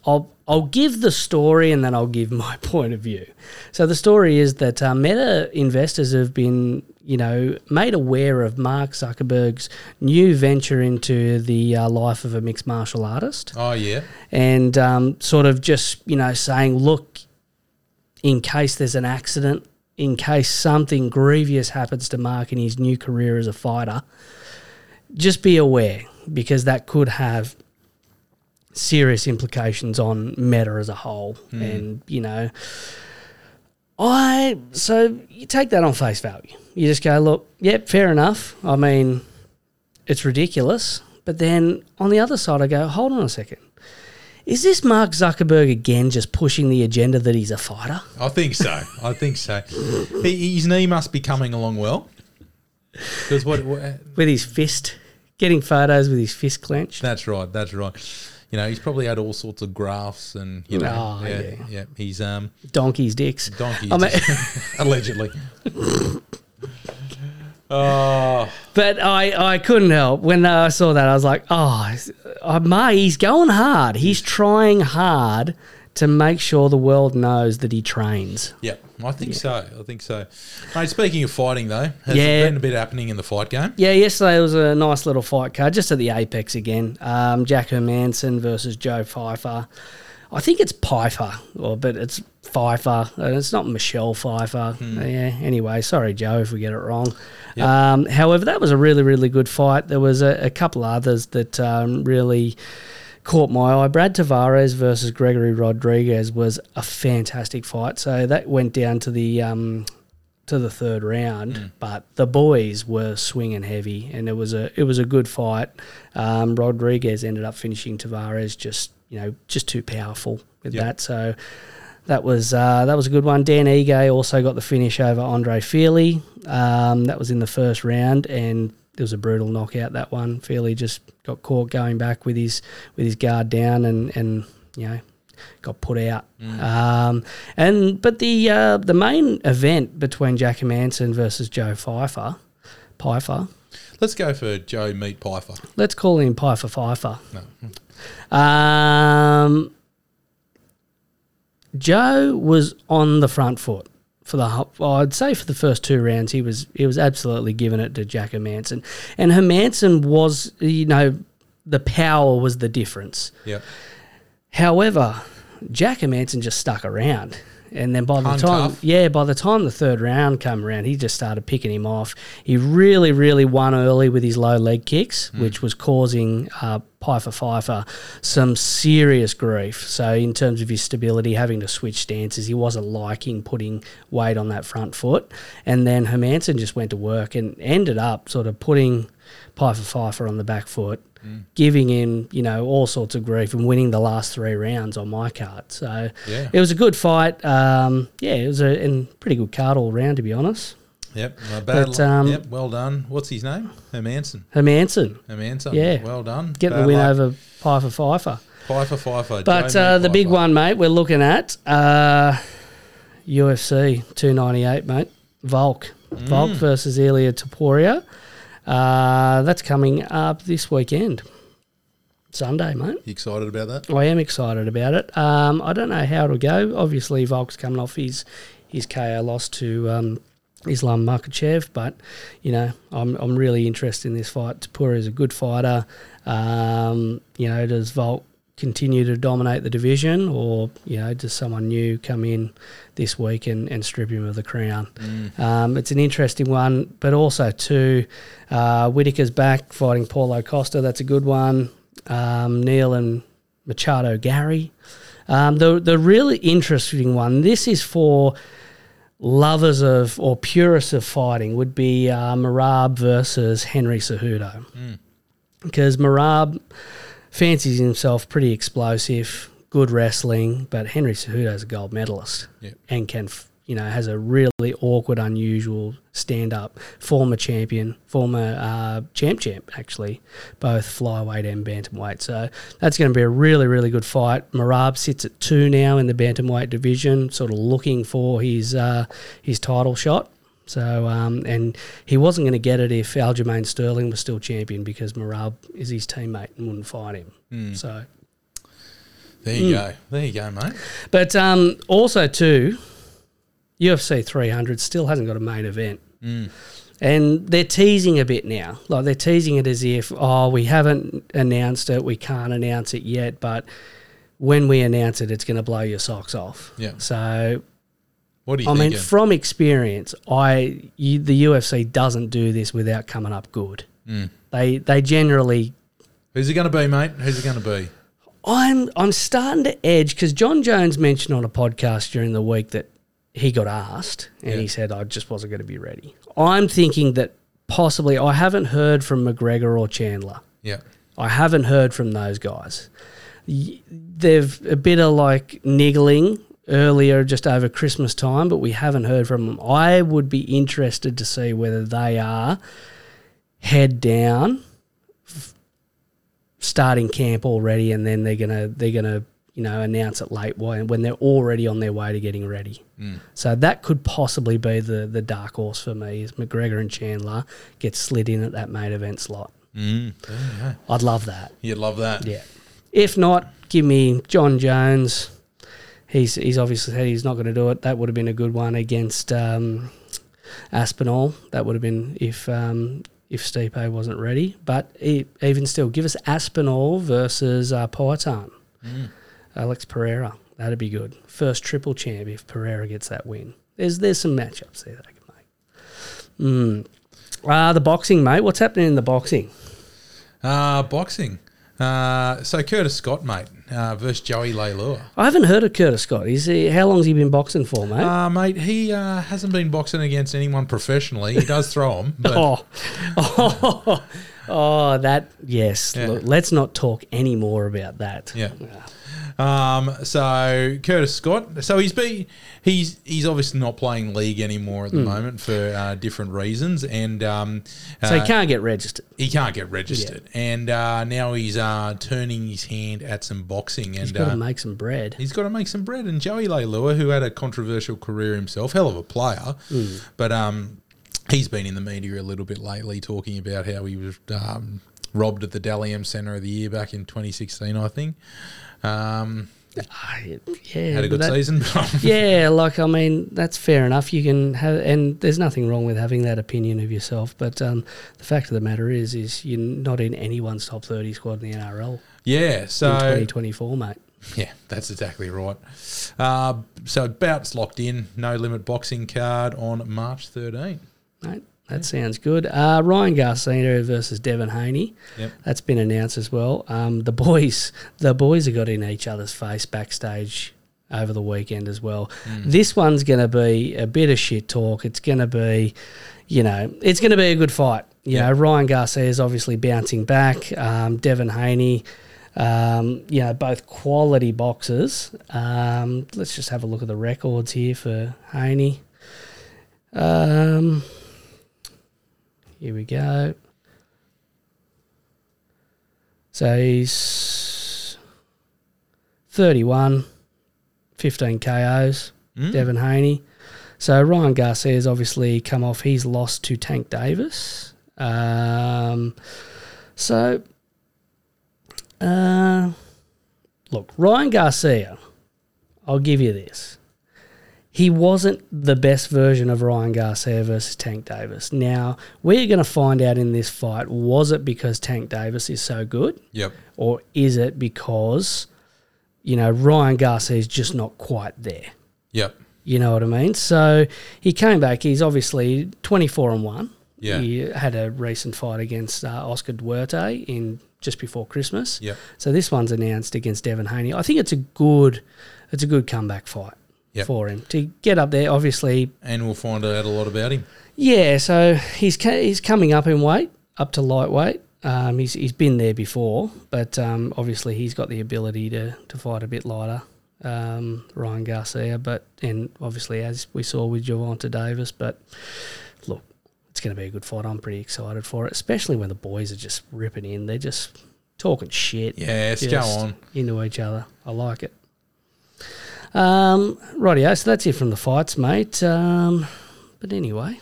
Speaker 1: I'll I'll give the story and then I'll give <laughs> my point of view. So the story is that uh, Meta investors have been, you know, made aware of Mark Zuckerberg's new venture into the uh, life of a mixed martial artist,
Speaker 2: Oh yeah.
Speaker 1: and um, sort of just, you know, saying, look, in case there's an accident, in case something grievous happens to Mark in his new career as a fighter, just be aware because that could have serious implications on Meta as a whole. And, you know, I, so you take that on face value. You just go, look, yep, fair enough. I mean, it's ridiculous. But then on the other side, I go, hold on a second. Is this Mark Zuckerberg again just pushing the agenda that he's a fighter?
Speaker 2: I think so. I think so. He, his knee must be coming along well. Because what, what?
Speaker 1: with his fist, getting photos with his fist clenched.
Speaker 2: That's right. That's right. You know, he's probably had all sorts of graphs and you know,
Speaker 1: Oh,
Speaker 2: yeah,
Speaker 1: yeah.
Speaker 2: yeah, He's um
Speaker 1: Donkey's dicks.
Speaker 2: donkey
Speaker 1: I mean-
Speaker 2: <laughs> allegedly. oh,
Speaker 1: <laughs> But I, I couldn't help when I saw that. I was like, oh, oh, mate, he's going hard. He's trying hard to make sure the world knows that he trains.
Speaker 2: yeah. I think so. I think so. Mate, speaking of fighting though, has
Speaker 1: Yeah.
Speaker 2: there been a bit happening in the fight game?
Speaker 1: Yeah, yesterday was a nice little fight card, just at the apex again. Um, Jack Hermanson versus Joe Pfeiffer. I think it's Pfeiffer, or but it's Pfeiffer. And it's not Michelle Pfeiffer. Uh, Yeah. Anyway, sorry Joe if we get it wrong. Um, however, that was a really really good fight. There was a, a couple others that um, really caught my eye. Brad Tavares versus Gregory Rodriguez was a fantastic fight. So that went down to the um, to the third round, but the boys were swinging heavy, and it was a it was a good fight. Um, Rodriguez ended up finishing Tavares, just you know, just too powerful with
Speaker 2: Yeah.
Speaker 1: that. So that was uh, that was a good one. Dan Ige also got the finish over Andre Feely. Um, that was in the first round, and it was a brutal knockout. That one, Feely just got caught going back with his with his guard down, and and you know got put out. Um, and but the uh, the main event between Jack Manson versus Joe Pfeiffer, Pfeiffer.
Speaker 2: Let's go for Joe Meat Piper.
Speaker 1: Let's call him Pfeiffer Pfeiffer.
Speaker 2: No.
Speaker 1: Um, Joe was on the front foot for the hu- well, I'd say for the first two rounds he was he was absolutely giving it to Jack Hermanson, and Hermanson was you know the power was the difference.
Speaker 2: Yeah.
Speaker 1: However, Jack Hermanson just stuck around. And then by the
Speaker 2: Hung
Speaker 1: time,
Speaker 2: tough.
Speaker 1: yeah, by the time the third round came around, he just started picking him off. He really, really won early with his low leg kicks, which was causing uh, Piper Pfeiffer some serious grief. So, in terms of his stability, having to switch stances, he wasn't liking putting weight on that front foot. And then Hermanson just went to work and ended up sort of putting Piper Pfeiffer on the back foot, giving him, you know, all sorts of grief and winning the last three rounds on my card. So
Speaker 2: Yeah.
Speaker 1: it was a good fight. Um, yeah, it was a and pretty good card all round, to be honest.
Speaker 2: Yep. Uh, bad
Speaker 1: But,
Speaker 2: lu-
Speaker 1: um,
Speaker 2: yep. Well done. What's his name? Hermanson.
Speaker 1: Hermanson
Speaker 2: Hermanson.
Speaker 1: Yeah.
Speaker 2: Well done.
Speaker 1: getting
Speaker 2: Bad
Speaker 1: the win
Speaker 2: luck.
Speaker 1: over Piper Pfeiffer.
Speaker 2: Piper Pfeiffer.
Speaker 1: But
Speaker 2: Joe
Speaker 1: uh,
Speaker 2: Meat
Speaker 1: the big
Speaker 2: Piper.
Speaker 1: one, mate, we're looking at uh, UFC 298, mate. Volk.
Speaker 2: Mm.
Speaker 1: Volk versus Ilya Taporia. Uh, that's coming up this weekend. Sunday, mate.
Speaker 2: You excited about that?
Speaker 1: I am excited about it. Um, I don't know how it'll go. Obviously, Volk's coming off his his KO loss to um, Islam Makachev, but you know, I'm I'm really interested in this fight. Tapura is a good fighter. Um, you know, does Volk continue to dominate the division, or you know, does someone new come in this week and, and strip him of the crown? Um, it's an interesting one, but also too, uh, Whitaker's back fighting Paulo Costa. That's a good one. Um, Neil and Machado Gary. Um, the the really interesting one. This is for lovers of or purists of fighting would be uh, Marab versus Henry Cejudo, because Marab fancies himself pretty explosive, good wrestling, but Henry Cejudo is a gold medalist
Speaker 2: Yep.
Speaker 1: and can. f- You know, has a really awkward, unusual stand-up. Former champion, former uh, champ, champ actually, both flyweight and bantamweight. So that's going to be a really, really good fight. Marab sits at two now in the bantamweight division, sort of looking for his uh, his title shot. So, um, and he wasn't going to get it if Aljamain Sterling was still champion because Marab is his teammate and wouldn't fight him. So,
Speaker 2: There you go. There you go, mate.
Speaker 1: but um, also too, UFC 300 still hasn't got a main event,
Speaker 2: Mm.
Speaker 1: and they're teasing a bit now. Like they're teasing it as if, oh, we haven't announced it, we can't announce it yet, but when we announce it, it's going to blow your socks off.
Speaker 2: Yeah.
Speaker 1: So
Speaker 2: What do you
Speaker 1: I
Speaker 2: think?
Speaker 1: mean, from experience, I you, the UFC doesn't do this without coming up good.
Speaker 2: Mm.
Speaker 1: They they generally
Speaker 2: Who's it going to be, mate? Who's it going to be?
Speaker 1: I'm I'm starting to edge because John Jones mentioned on a podcast during the week that he got asked and he said I just wasn't going to be ready. I'm thinking that possibly I haven't heard from McGregor or Chandler.
Speaker 2: Yeah.
Speaker 1: I haven't heard from those guys. Y- They've a bit of like niggling earlier just over Christmas time, but we haven't heard from them. I would be interested to see whether they are head down, f- starting camp already, and then they're gonna they're gonna you know announce it late when when they're already on their way to getting ready. So that could possibly be the the dark horse for me is McGregor and Chandler get slid in at that main event slot. I'd love that.
Speaker 2: You'd love that.
Speaker 1: Yeah. If not, give me John Jones. He's he's obviously said he's not going to do it. That would have been a good one against um, Aspinall. That would have been if um, if Stipe wasn't ready. But e even still, give us Aspinall versus uh, Poitin. Alex Pereira. That'd be good. First triple champ if Pereira gets that win. There's there's some matchups there that I can make. Mm. Uh, the boxing, mate. What's happening in the boxing?
Speaker 2: Uh, boxing. Uh, so Curtis Scott, mate, uh, versus Joey Leilua.
Speaker 1: I haven't heard of Curtis Scott. Is he, how long's he been boxing for, mate?
Speaker 2: Uh, mate, he uh, hasn't been boxing against anyone professionally. He does
Speaker 1: <laughs>
Speaker 2: throw them, but
Speaker 1: oh. oh, oh, that yes.
Speaker 2: Yeah.
Speaker 1: Look, let's not talk any more about that.
Speaker 2: Yeah. Um, so Curtis Scott. So he's be he's he's obviously not playing league anymore at
Speaker 1: Hmm.
Speaker 2: the moment for uh, different reasons, and um,
Speaker 1: So
Speaker 2: uh,
Speaker 1: he can't get registered.
Speaker 2: he can't get registered. And uh, now he's uh, turning his hand at some boxing, and
Speaker 1: He's got
Speaker 2: uh,
Speaker 1: to make some bread.
Speaker 2: He's got to make some bread. And Joey Leilua, who had a controversial career himself, hell of a player,
Speaker 1: Hmm.
Speaker 2: but um, he's been in the media a little bit lately talking about how he was um, robbed at the Dalium Centre of the Year back in 2016, I think. Um,
Speaker 1: Ah, yeah,
Speaker 2: had a
Speaker 1: but
Speaker 2: good
Speaker 1: that-
Speaker 2: season. <laughs>
Speaker 1: Yeah, like I mean, that's fair enough. You can have, and there's nothing wrong with having that opinion of yourself. But um, the fact of the matter is, is you're not in anyone's top thirty squad in the NRL
Speaker 2: yeah,
Speaker 1: in
Speaker 2: so
Speaker 1: 2024, mate.
Speaker 2: yeah, that's exactly right. Uh, so bouts locked in, no limit boxing card on March 13th.
Speaker 1: Mate, that sounds good. Uh, Ryan Garcia versus Devin Haney.
Speaker 2: Yep.
Speaker 1: That's been announced as well. Um, the boys, the boys have got in each other's face backstage over the weekend as well. This one's going to be a bit of shit talk. It's going to be, you know, it's going to be a good fight. You know, Ryan Garcia is obviously bouncing back. Um, Devin Haney, um, you know, both quality boxers. Um, let's just have a look at the records here for Haney. Um, here we go. So he's 31, 15 KOs, Devin Haney. So Ryan Garcia's obviously come off. He's lost to Tank Davis. Um, so Uh, look, Ryan Garcia, I'll give you this. He wasn't the best version of Ryan Garcia versus Tank Davis. Now, we're going to find out in this fight was it because Tank Davis is so good?
Speaker 2: Yep.
Speaker 1: or is it because you know Ryan Garcia's just not quite there?
Speaker 2: Yep.
Speaker 1: You know what I mean? So he came back. He's obviously twenty four and one.
Speaker 2: Yeah.
Speaker 1: he had a recent fight against uh, Oscar Duarte in just before Christmas.
Speaker 2: Yep.
Speaker 1: So this one's announced against Devin Haney. I think it's a good, it's a good comeback fight
Speaker 2: Yep.
Speaker 1: for him to get up there. Obviously,
Speaker 2: And we'll find out a lot about him.
Speaker 1: yeah, so he's ca- he's coming up in weight, up to lightweight. Um, he's he's been there before, but um, obviously he's got the ability to to fight a bit lighter. Um, Ryan Garcia, but and obviously as we saw with Javante Davis, but look, it's going to be a good fight. I'm pretty excited for it, especially when the boys are just ripping in. They're just talking shit.
Speaker 2: Yes, go
Speaker 1: just
Speaker 2: on.
Speaker 1: into each other. I like it. Um, rightio, so that's it from the fights, mate. Um, but anyway.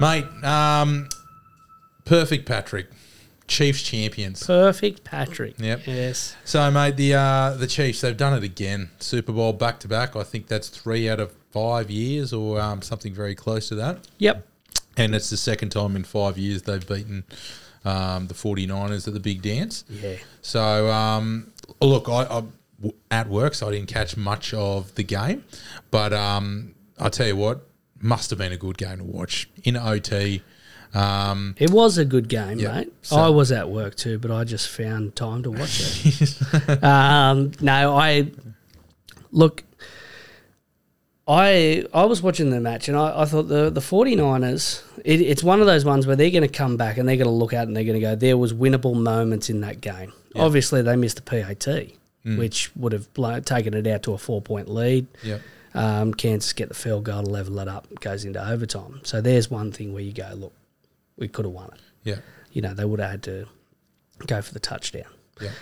Speaker 2: Mate, um, perfect Patrick. Chiefs champions.
Speaker 1: Perfect Patrick.
Speaker 2: Yep.
Speaker 1: Yes.
Speaker 2: So, mate, the uh, the Chiefs they've done it again. Super Bowl back to back. I think that's three out of five years, or um, something very close to that.
Speaker 1: Yep.
Speaker 2: And it's the second time in five years they've beaten um, the 49ers at the big dance.
Speaker 1: Yeah.
Speaker 2: So, um, look, I, I w- at work, so I didn't catch much of the game, but um, I tell you what, must have been a good game to watch in OT. Um,
Speaker 1: It was a good game,
Speaker 2: Yep.
Speaker 1: mate.
Speaker 2: So-
Speaker 1: I was at work too, but I just found time to watch it.
Speaker 2: <laughs>
Speaker 1: um, no, I look I I was watching the match and I, I thought the, the 49ers, it, it's one of those ones where they're going to come back and they're going to look out and they're going to go, there was winnable moments in that game. Obviously, they missed the PAT,
Speaker 2: Mm.
Speaker 1: which would have blown, taken it out to a four-point lead.
Speaker 2: yep,
Speaker 1: Um, Kansas get the field goal to level it up, goes into overtime. So there's one thing where you go, look, we could have won it.
Speaker 2: yep,
Speaker 1: You know, they would have had to go for the touchdown.
Speaker 2: yep,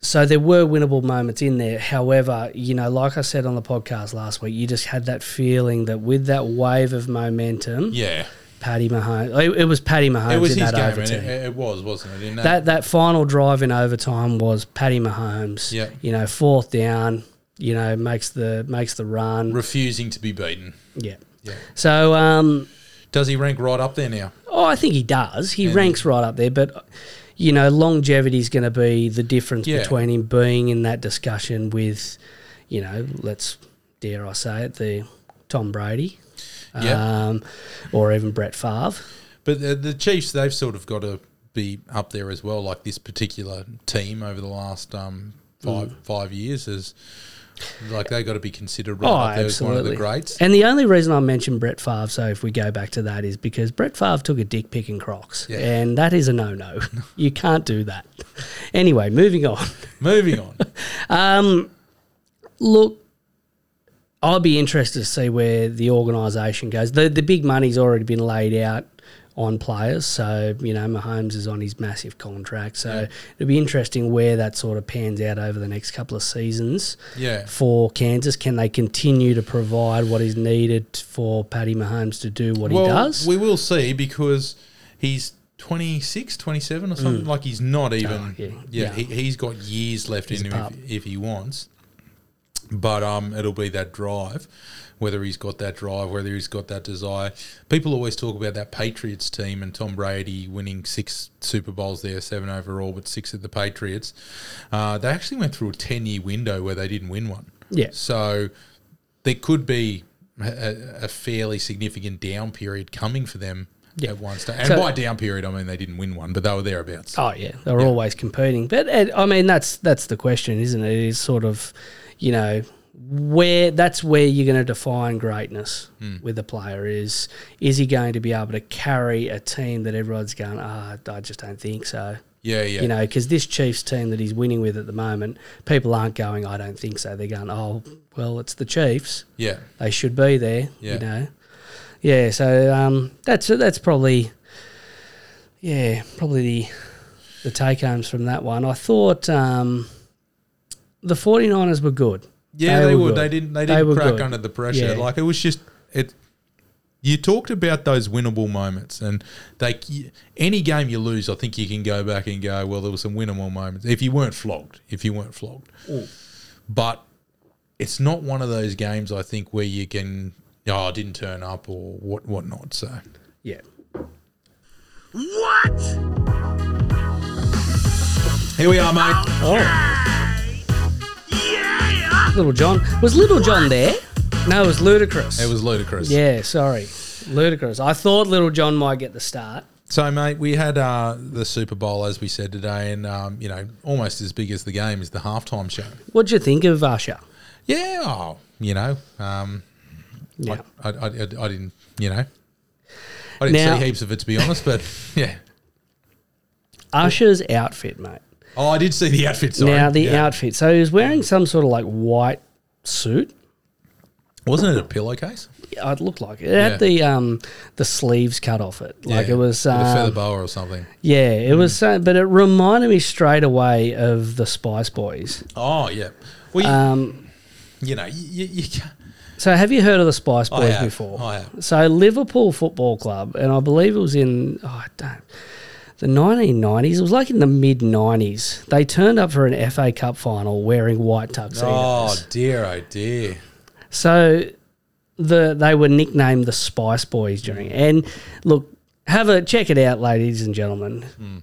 Speaker 1: So there were winnable moments in there. However, you know, like I said on the podcast last week, you just had that feeling that with that wave of momentum,
Speaker 2: yeah.
Speaker 1: Paddy Mahomes, it, it was Paddy Mahomes
Speaker 2: It was
Speaker 1: in
Speaker 2: his
Speaker 1: that
Speaker 2: game, and
Speaker 1: overtime.
Speaker 2: it, it was, wasn't it? In that,
Speaker 1: that that final drive in overtime was Paddy Mahomes.
Speaker 2: Yep.
Speaker 1: You know, fourth down. You know, makes the makes the run.
Speaker 2: refusing to be beaten.
Speaker 1: yeah.
Speaker 2: Yeah.
Speaker 1: So um,
Speaker 2: Does he rank right up there now?
Speaker 1: Oh, I think he does. He ranks right up there, but you know, longevity is going to be the difference
Speaker 2: Yeah.
Speaker 1: between him being in that discussion with, you know, let's dare I say it, the Tom Brady,
Speaker 2: Yeah.
Speaker 1: um, or even Brett Favre.
Speaker 2: But the, the Chiefs, they've sort of got to be up there as well. Like this particular team over the last um, five
Speaker 1: Mm.
Speaker 2: five years is like they got to be considered right
Speaker 1: Oh,
Speaker 2: up there
Speaker 1: absolutely.
Speaker 2: as one of the greats.
Speaker 1: And the only reason I mentioned Brett Favre, so if we go back to that, is because Brett Favre took a dick pic in Crocs,
Speaker 2: Yeah.
Speaker 1: and that is a no-no. <laughs> you can't do that. Anyway, moving on.
Speaker 2: Moving
Speaker 1: <laughs>
Speaker 2: on.
Speaker 1: Look, I'll be interested to see where the organisation goes. The the big money's already been laid out on players, so you know Mahomes is on his massive contract. So it'll be interesting where that sort of pans out over the next couple of seasons.
Speaker 2: Yeah.
Speaker 1: For Kansas, can they continue to provide what is needed for Paddy Mahomes to do what
Speaker 2: well,
Speaker 1: he does?
Speaker 2: we will see because he's 26, 27 or something. Like he's not even.
Speaker 1: Mm. yeah.
Speaker 2: yeah,
Speaker 1: Yeah.
Speaker 2: He, he's got years left in
Speaker 1: a
Speaker 2: him
Speaker 1: pup.
Speaker 2: if, if he wants. But um, it'll be that drive, whether he's got that drive, whether he's got that desire. People always talk about that Patriots team and Tom Brady winning six Super Bowls there, seven overall, but six at the Patriots. Uh, they actually went through a ten-year window where they didn't win one.
Speaker 1: Yeah.
Speaker 2: So there could be a- a, a fairly significant down period coming for them at one stage. And
Speaker 1: So-
Speaker 2: by down period, I mean they didn't win one, but they were thereabouts.
Speaker 1: Oh yeah, they're always competing. But uh, I mean, that's that's the question, isn't it? It is sort of, you know, where that's where you're going to define greatness with a player is is he going to be able to carry a team that everyone's going, ah, I just don't think so.
Speaker 2: yeah, yeah.
Speaker 1: You know, because this Chiefs team that he's winning with at the moment, people aren't going, I don't think so. They're going, oh, well, it's the Chiefs
Speaker 2: yeah.
Speaker 1: they should be there.
Speaker 2: Yeah.
Speaker 1: You know, yeah. So um, that's that's probably, yeah, probably the the take homes from that one. I thought um, the 49ers were good.
Speaker 2: Yeah, they, would.
Speaker 1: good.
Speaker 2: They didn't. They didn't
Speaker 1: were
Speaker 2: crack
Speaker 1: good.
Speaker 2: under the pressure.
Speaker 1: Yeah.
Speaker 2: Like it was just it. You talked about those winnable moments, and they any game you lose, I think you can go back and go, well, there were some winnable moments if you weren't flogged, if you weren't flogged. But it's not one of those games I think where you can, oh, I didn't turn up or what whatnot. So
Speaker 1: Yeah.
Speaker 4: What?
Speaker 2: here we are, mate. <laughs>
Speaker 1: Oh,
Speaker 4: Yeah!
Speaker 1: Little John was Little John there? No, it was Ludicrous.
Speaker 2: It was ludicrous.
Speaker 1: Yeah, sorry, Ludicrous. I thought Little John might get the start.
Speaker 2: So, mate, we had uh, the Super Bowl as we said today, and um, you know, almost as big as the game is the halftime show.
Speaker 1: What'd you think of Usher?
Speaker 2: Yeah, oh, you know, um,
Speaker 1: Yeah.
Speaker 2: I, I, I, I didn't, you know, I didn't
Speaker 1: Now-
Speaker 2: see heaps of it to be honest, but <laughs> yeah,
Speaker 1: Usher's outfit, mate.
Speaker 2: oh, I did see the outfit. Sorry.
Speaker 1: Now the
Speaker 2: yeah.
Speaker 1: outfit. So he was wearing some sort of like white suit.
Speaker 2: wasn't it a pillowcase?
Speaker 1: Yeah, It looked like it,
Speaker 2: Yeah.
Speaker 1: had the um the sleeves cut off it. Like
Speaker 2: Yeah,
Speaker 1: it was
Speaker 2: with a feather Mm.
Speaker 1: um,
Speaker 2: boa or something.
Speaker 1: yeah, it was. So, but it reminded me straight away of the Spice Boys.
Speaker 2: Oh yeah, well, you,
Speaker 1: Um,
Speaker 2: you know, you, you, you
Speaker 1: so have you heard of the Spice
Speaker 2: I
Speaker 1: Boys
Speaker 2: have,
Speaker 1: before?
Speaker 2: I have.
Speaker 1: So Liverpool Football Club, and I believe it was in oh, I don't the 1990s. It was like in the mid 90s. They turned up for an FA Cup final wearing white tuxedos.
Speaker 2: oh dear, oh dear.
Speaker 1: So the they were nicknamed the Spice Boys during. And look, have a check it out, ladies and gentlemen.
Speaker 2: Hmm.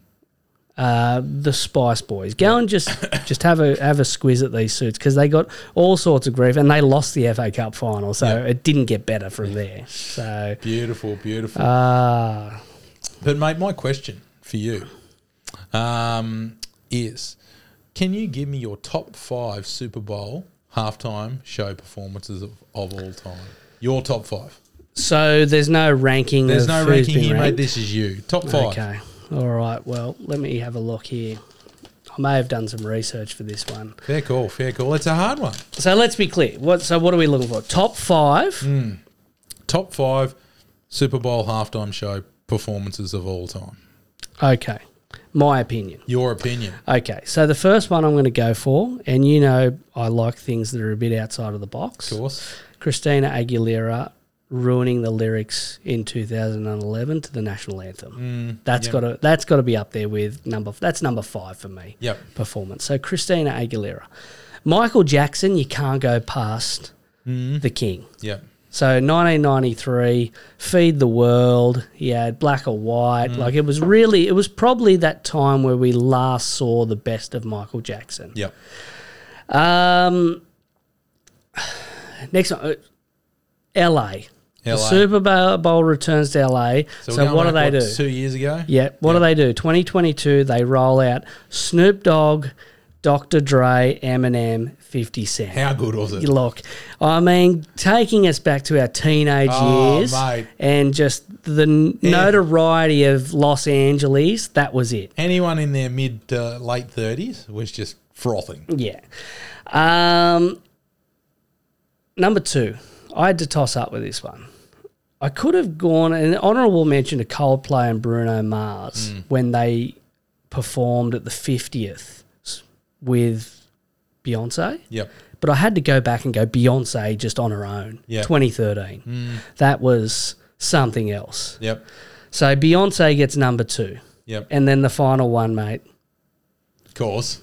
Speaker 1: Uh, the Spice Boys. Go and
Speaker 2: <coughs>
Speaker 1: just just have a have a squiz at these suits because they got all sorts of grief and they lost the FA Cup final, so
Speaker 2: Yeah.
Speaker 1: it didn't get better from there. So
Speaker 2: Beautiful, beautiful.
Speaker 1: uh,
Speaker 2: but mate, my question for you um, is: Can you give me your top five Super Bowl halftime show performances of, of all time? Your top five.
Speaker 1: so there's no ranking.
Speaker 2: There's
Speaker 1: of
Speaker 2: no
Speaker 1: who's
Speaker 2: ranking
Speaker 1: been
Speaker 2: here, mate.
Speaker 1: ranked?
Speaker 2: This is you. Top five.
Speaker 1: Okay. All right. Well, let me have a look here. I may have done some research for this one.
Speaker 2: Fair call. Fair call. It's a hard one.
Speaker 1: So let's be clear. What so what are we looking for? Top five.
Speaker 2: Top five Super Bowl halftime show performances of all time.
Speaker 1: Okay. My opinion.
Speaker 2: Your opinion.
Speaker 1: Okay. So the first one I'm going to go for, and you know I like things that are a bit outside of the box.
Speaker 2: Of course.
Speaker 1: Christina Aguilera ruining the lyrics in 2011 to the national anthem. That's got to that's got to be up there with number that's number 5 for me.
Speaker 2: Yep.
Speaker 1: Performance. So Christina Aguilera. Michael Jackson, you can't go past the king.
Speaker 2: Yep.
Speaker 1: So 1993, Feed the World. He had Black or White. Like it was really, it was probably that time where we last saw the best of Michael Jackson.
Speaker 2: Yep.
Speaker 1: Um, <sighs> next one, uh, L.A. The
Speaker 2: LA.
Speaker 1: Super Bowl Bowl returns to L.A. So,
Speaker 2: we're going
Speaker 1: what do
Speaker 2: back,
Speaker 1: they do?
Speaker 2: Two years ago.
Speaker 1: yeah, what do they do? 2022, they roll out Snoop Dogg, Dr. Dre, Eminem, 50 Cent.
Speaker 2: How good was it?
Speaker 1: Look, I mean, taking us back to our teenage
Speaker 2: Oh,
Speaker 1: years
Speaker 2: mate.
Speaker 1: and just the n notoriety of Los Angeles, that was it.
Speaker 2: Anyone in their mid to late thirties was just frothing.
Speaker 1: Yeah. Um, number two, I had to toss up with this one. I could have gone an honourable mention to Coldplay and Bruno
Speaker 2: Hmm.
Speaker 1: Mars when they performed at the 50th s- with Beyonce.
Speaker 2: Yep.
Speaker 1: but I had to go back and go Beyonce just on her own.
Speaker 2: Yeah. Mm.
Speaker 1: 2013. That was something else.
Speaker 2: Yep.
Speaker 1: So Beyonce gets number two.
Speaker 2: Yep.
Speaker 1: And then the final one, mate,
Speaker 2: of course.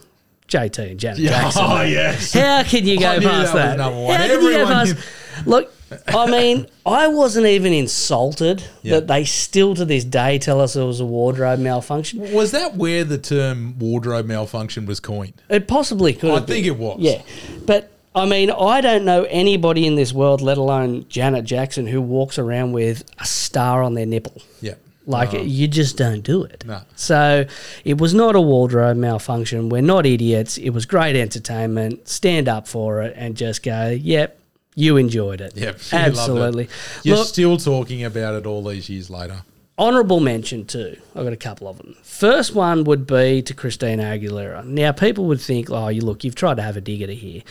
Speaker 1: JT and Janet
Speaker 2: Yeah.
Speaker 1: Jackson.
Speaker 2: Oh yes.
Speaker 1: How can
Speaker 2: <laughs>
Speaker 1: you go
Speaker 2: I knew
Speaker 1: past
Speaker 2: that was
Speaker 1: that?
Speaker 2: number one.
Speaker 1: How can you go
Speaker 2: Everyone
Speaker 1: past? Look, I mean, I wasn't even insulted
Speaker 2: <laughs> Yeah.
Speaker 1: that they still to this day tell us it was a wardrobe malfunction.
Speaker 2: Was that where the term wardrobe malfunction was coined?
Speaker 1: It possibly could.
Speaker 2: I
Speaker 1: have been.
Speaker 2: think it was.
Speaker 1: Yeah, but I mean, I don't know anybody in this world, let alone Janet Jackson, who walks around with a star on their nipple.
Speaker 2: Yep.
Speaker 1: Like you just don't do it.
Speaker 2: No.
Speaker 1: So it was not a wardrobe malfunction. We're not idiots. It was great entertainment. Stand up for it and just go. Yep, you enjoyed it.
Speaker 2: Yep. <laughs> You loved it.
Speaker 1: absolutely.
Speaker 2: You're
Speaker 1: Look,
Speaker 2: still talking about it all these years later.
Speaker 1: honourable mention too. I've got a couple of them. First one would be to Christina Aguilera. Now people would think, oh, you look, you've tried to have a dig at her here.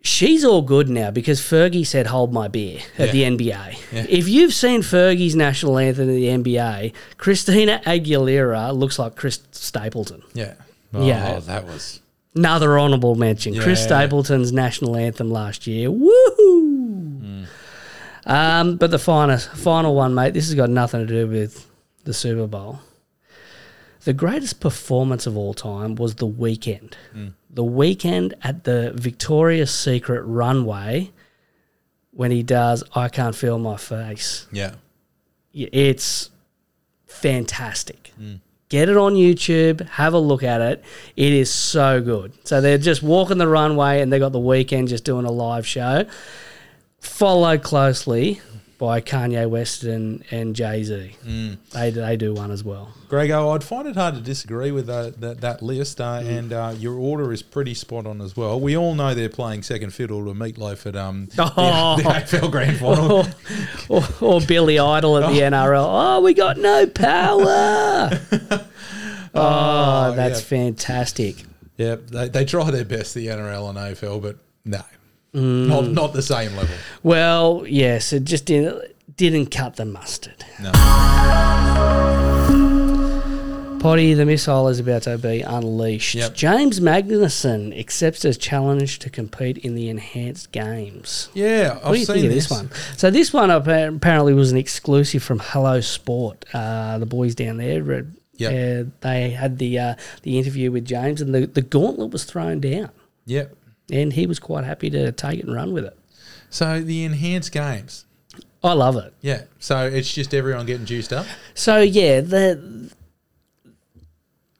Speaker 1: She's all good now because Fergie said, "Hold my beer" at
Speaker 2: Yeah.
Speaker 1: the NBA. If you've seen Fergie's national anthem at the NBA, Christina Aguilera looks like Chris Stapleton.
Speaker 2: Yeah. Oh,
Speaker 1: Yeah.
Speaker 2: that was.
Speaker 1: Another honourable mention: Chris
Speaker 2: Yeah.
Speaker 1: Stapleton's national anthem last year. Woohoo! Um, but the final, final one, mate, this has got nothing to do with the Super Bowl. The greatest performance of all time was The Weekend. The Weekend at the Victoria's Secret runway when he does I Can't Feel My Face.
Speaker 2: Yeah.
Speaker 1: Y- It's fantastic. Get it on YouTube, have a look at it. It is so good. So they're just walking the runway and they got the weekend just doing a live show, followed closely by Kanye West and, and Jay Z. They, they do one as well.
Speaker 2: Grego, I'd find it hard to disagree with uh, that, that list, uh, and uh, your order is pretty spot on as well. We all know they're playing second fiddle to Meatloaf at um, the-
Speaker 1: Oh.
Speaker 2: the, AFL Grand Final.
Speaker 1: Or, or, or Billy Idol at the NRL. Oh, we got no power. oh, that's
Speaker 2: yeah.
Speaker 1: fantastic.
Speaker 2: yep, they, they try their best, the NRL and AFL, but no, not, not the same level.
Speaker 1: Well, yes, it just didn't, didn't cut the mustard.
Speaker 2: No.
Speaker 1: Potty, the missile is about to be unleashed.
Speaker 2: Yep.
Speaker 1: James Magnuson accepts his challenge to compete in the enhanced games.
Speaker 2: Yeah, I've
Speaker 1: What do you
Speaker 2: seen
Speaker 1: think of
Speaker 2: this.
Speaker 1: this one? So this one appa- apparently was an exclusive from Hello Sport. Uh, the boys down there, read-
Speaker 2: Yep.
Speaker 1: uh, they had the uh, the interview with James, and the, the gauntlet was thrown down,
Speaker 2: Yep.
Speaker 1: and he was quite happy to take it and run with it.
Speaker 2: So the enhanced games.
Speaker 1: I love it.
Speaker 2: Yeah. So it's just everyone getting juiced up.
Speaker 1: So yeah, the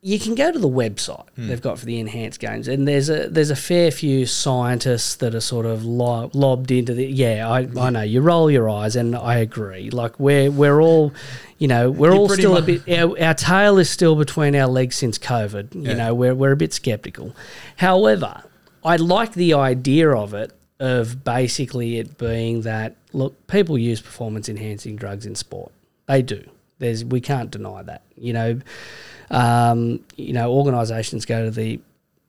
Speaker 1: you can go to the website they've got for the enhanced games, and there's a there's a fair few scientists that are sort of lo- lobbed into the yeah. I, I know you roll your eyes, and I agree. Like we're we're all, you know, we're all
Speaker 2: pretty
Speaker 1: still a
Speaker 2: mu-
Speaker 1: bit our, our tail is still between our legs since COVID.
Speaker 2: Yeah.
Speaker 1: You know, we're we're a bit skeptical. However, I like the idea of it. Of basically it being that look, people use performance enhancing drugs in sport. They do. There's we can't deny that. You know, um, you know, organisations go to the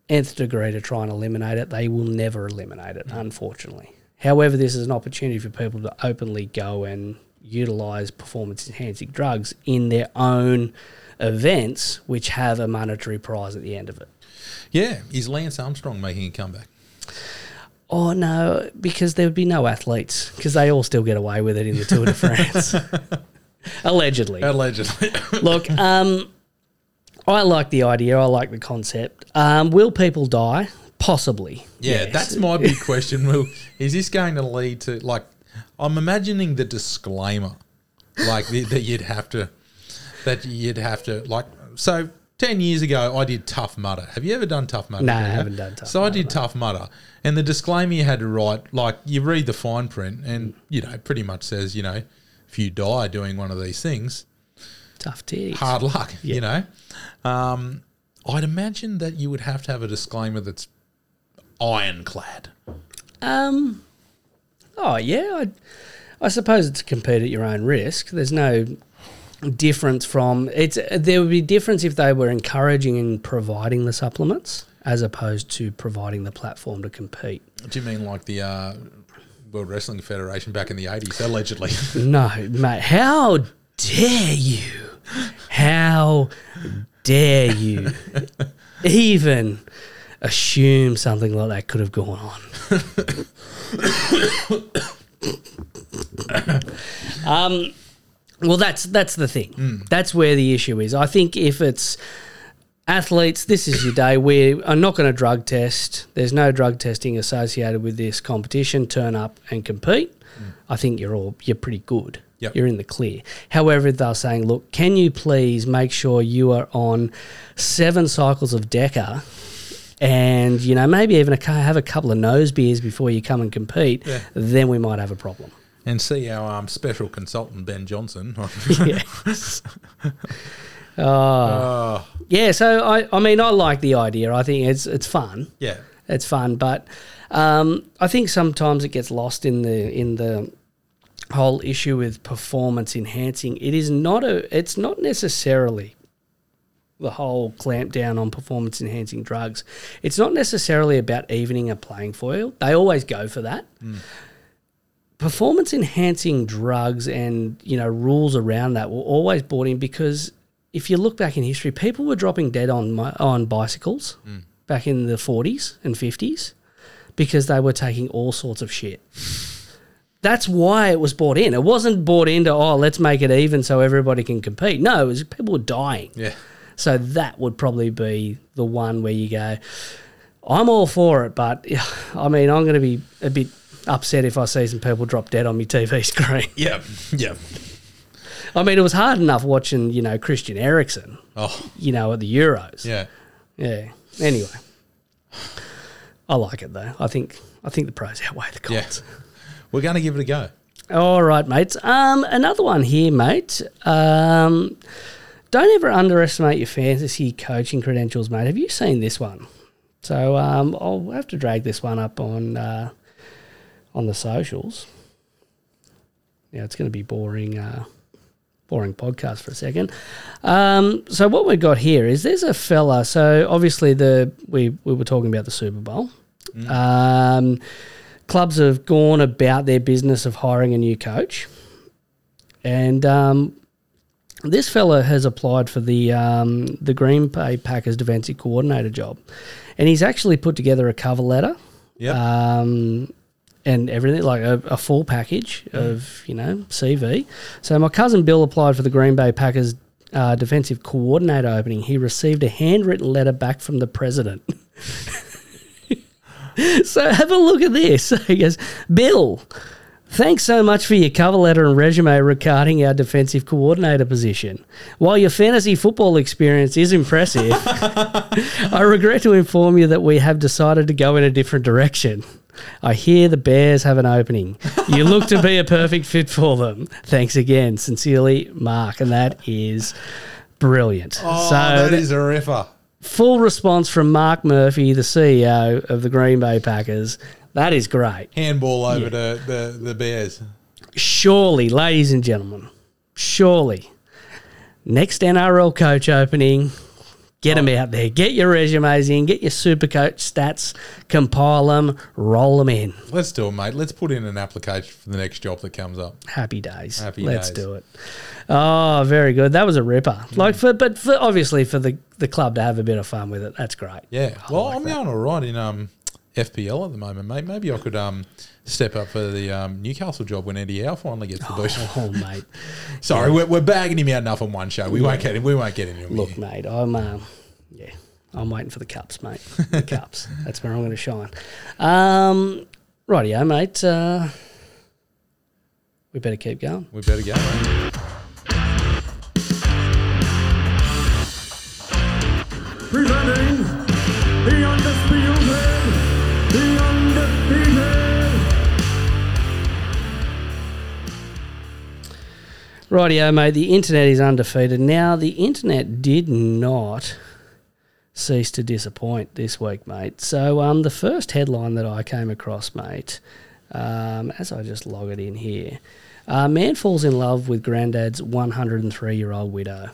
Speaker 1: nth degree to try and eliminate it. They will never eliminate it, unfortunately. However, this is an opportunity for people to openly go and utilise performance enhancing drugs in their own events, which have a monetary prize at the end of it.
Speaker 2: Yeah. Is Lance Armstrong making a comeback?
Speaker 1: Oh no, because there would be no athletes because they all still get away with it in the Tour de France, <laughs> allegedly.
Speaker 2: <laughs> Allegedly.
Speaker 1: Look, um, I like the idea. I like the concept. Um, will people die? Possibly.
Speaker 2: Yeah,
Speaker 1: Yes.
Speaker 2: that's my big question. Will is this going to lead to like? I'm imagining the disclaimer, like the, that you'd have to, that you'd have to like. So ten years ago, I did Tough Mudder. Have you ever done Tough Mudder?
Speaker 1: No, I
Speaker 2: Peter?
Speaker 1: haven't done Tough
Speaker 2: So I did Tough Mudder, and the disclaimer you had to write, like you read the fine print, and you know, pretty much says, you know, if you die doing one of these things,
Speaker 1: tough titties.
Speaker 2: hard luck. You know, um, I'd imagine that you would have to have a disclaimer that's ironclad.
Speaker 1: Um, oh yeah, I, I suppose it's compete at your own risk. There's no difference from it's. There would be difference if they were encouraging and providing the supplements as opposed to providing the platform to compete.
Speaker 2: Do you mean like the uh, World Wrestling Federation back in the eighties, allegedly? <laughs>
Speaker 1: No, mate. How dare you? How dare you even assume something like that could have gone on? um, well, that's that's the thing. That's where the issue is. I think if it's athletes, this is your day. We are not going to drug test. There's no drug testing associated with this competition. Turn up and compete. I think you're all you're pretty good.
Speaker 2: Yep.
Speaker 1: You're in the clear. However, they're saying, look, can you please make sure you are on seven cycles of Deca, and you know maybe even a, cou- have a couple of nose beers before you come and compete. Then we might have a problem.
Speaker 2: and see our um, special consultant Ben Johnson. <laughs>
Speaker 1: yes. Oh. Yeah, so I, I mean, I like the idea. I think it's it's fun.
Speaker 2: yeah,
Speaker 1: It's fun, but um, I think sometimes it gets lost in the in the whole issue with performance enhancing. It is not a. It's not necessarily the whole clamp down on performance enhancing drugs. It's not necessarily about evening a playing field. They always go for that. Performance enhancing drugs and you know rules around that were always brought in because if you look back in history, people were dropping dead on mi- on bicycles back in the 40s and 50s because they were taking all sorts of shit. that's why it was bought in. It wasn't bought into oh, let's make it even so everybody can compete. No, it was people were dying.
Speaker 2: Yeah.
Speaker 1: So that would probably be the one where you go, I'm all for it, but I mean, I'm going to be a bit upset if I see some people drop dead on my TV <laughs> screen.
Speaker 2: Yeah. Yeah.
Speaker 1: I mean, it was hard enough watching, you know, Christian Eriksen,
Speaker 2: Oh,
Speaker 1: you know, at the Euros.
Speaker 2: yeah.
Speaker 1: Yeah. Anyway, I like it though. I think I think the pros outweigh the
Speaker 2: Yeah.
Speaker 1: cons.
Speaker 2: We're going to give it a go.
Speaker 1: All right, mates. Um, another one here, mate. Um, don't ever underestimate your fantasy coaching credentials, mate. Have you seen this one? So um, I'll have to drag this one up on uh, on the socials. Yeah, it's going to be boring. Uh, boring podcast for a second. Um, so what we've got here is there's a fella. So obviously the we we were talking about the Super Bowl. Um, clubs have gone about their business of hiring a new coach, and um, this fella has applied for the um, the Green Bay Packers defensive coordinator job, and he's actually put together a cover letter
Speaker 2: Yep.
Speaker 1: um, and everything like a, a full package of you know CV. So my cousin Bill applied for the Green Bay Packers uh, defensive coordinator opening. He received a handwritten letter back from the president. <laughs> so have a look at this. <laughs> So he goes, Bill. Thanks so much for your cover letter and resume regarding our defensive coordinator position. While your fantasy football experience is
Speaker 2: <laughs>
Speaker 1: impressive, I regret to inform you that we have decided to go in a different direction. I hear the Bears have an opening. You look to be a perfect fit for them. Thanks again. Sincerely, Mark. And that is brilliant.
Speaker 2: oh,
Speaker 1: so,
Speaker 2: that
Speaker 1: th-
Speaker 2: is a riffer.
Speaker 1: full response from Mark Murphy, the CEO of the Green Bay Packers. That is great.
Speaker 2: Handball over to the, the Bears.
Speaker 1: Surely, ladies and gentlemen, surely, next NRL coach opening, get
Speaker 2: Oh.
Speaker 1: them out there. Get your resumes in, get your super coach stats, compile them, roll them in.
Speaker 2: Let's do it, mate. Let's put in an application for the next job that comes up.
Speaker 1: Happy days.
Speaker 2: Happy
Speaker 1: Let's
Speaker 2: days. Mm.
Speaker 1: do it. Oh, very good. That was a ripper. Like for, but for obviously for the the club to have a bit of fun with it. That's great.
Speaker 2: Yeah. Well, I'm going all right in um, FPL at the moment, mate. Maybe I could um, step up for the um, Newcastle job when Eddie Howe finally gets the boot.
Speaker 1: Oh, mate.
Speaker 2: Sorry, we're, we're bagging him out enough on one show. We won't get him. We won't get into him.
Speaker 1: Look,
Speaker 2: here.
Speaker 1: mate, I'm um, yeah, I'm waiting for the cups, mate. The cups. That's where I'm going to shine. Um, rightio, mate. Uh, we better keep going.
Speaker 2: we better go. mate.
Speaker 4: presenting the undisputed, the undefeated.
Speaker 1: Rightio, mate. The internet is undefeated. Now, the internet did not cease to disappoint this week, mate. So, um, the first headline that I came across, mate, um, as I just log it in here, uh, man falls in love with granddad's 103 year old widow.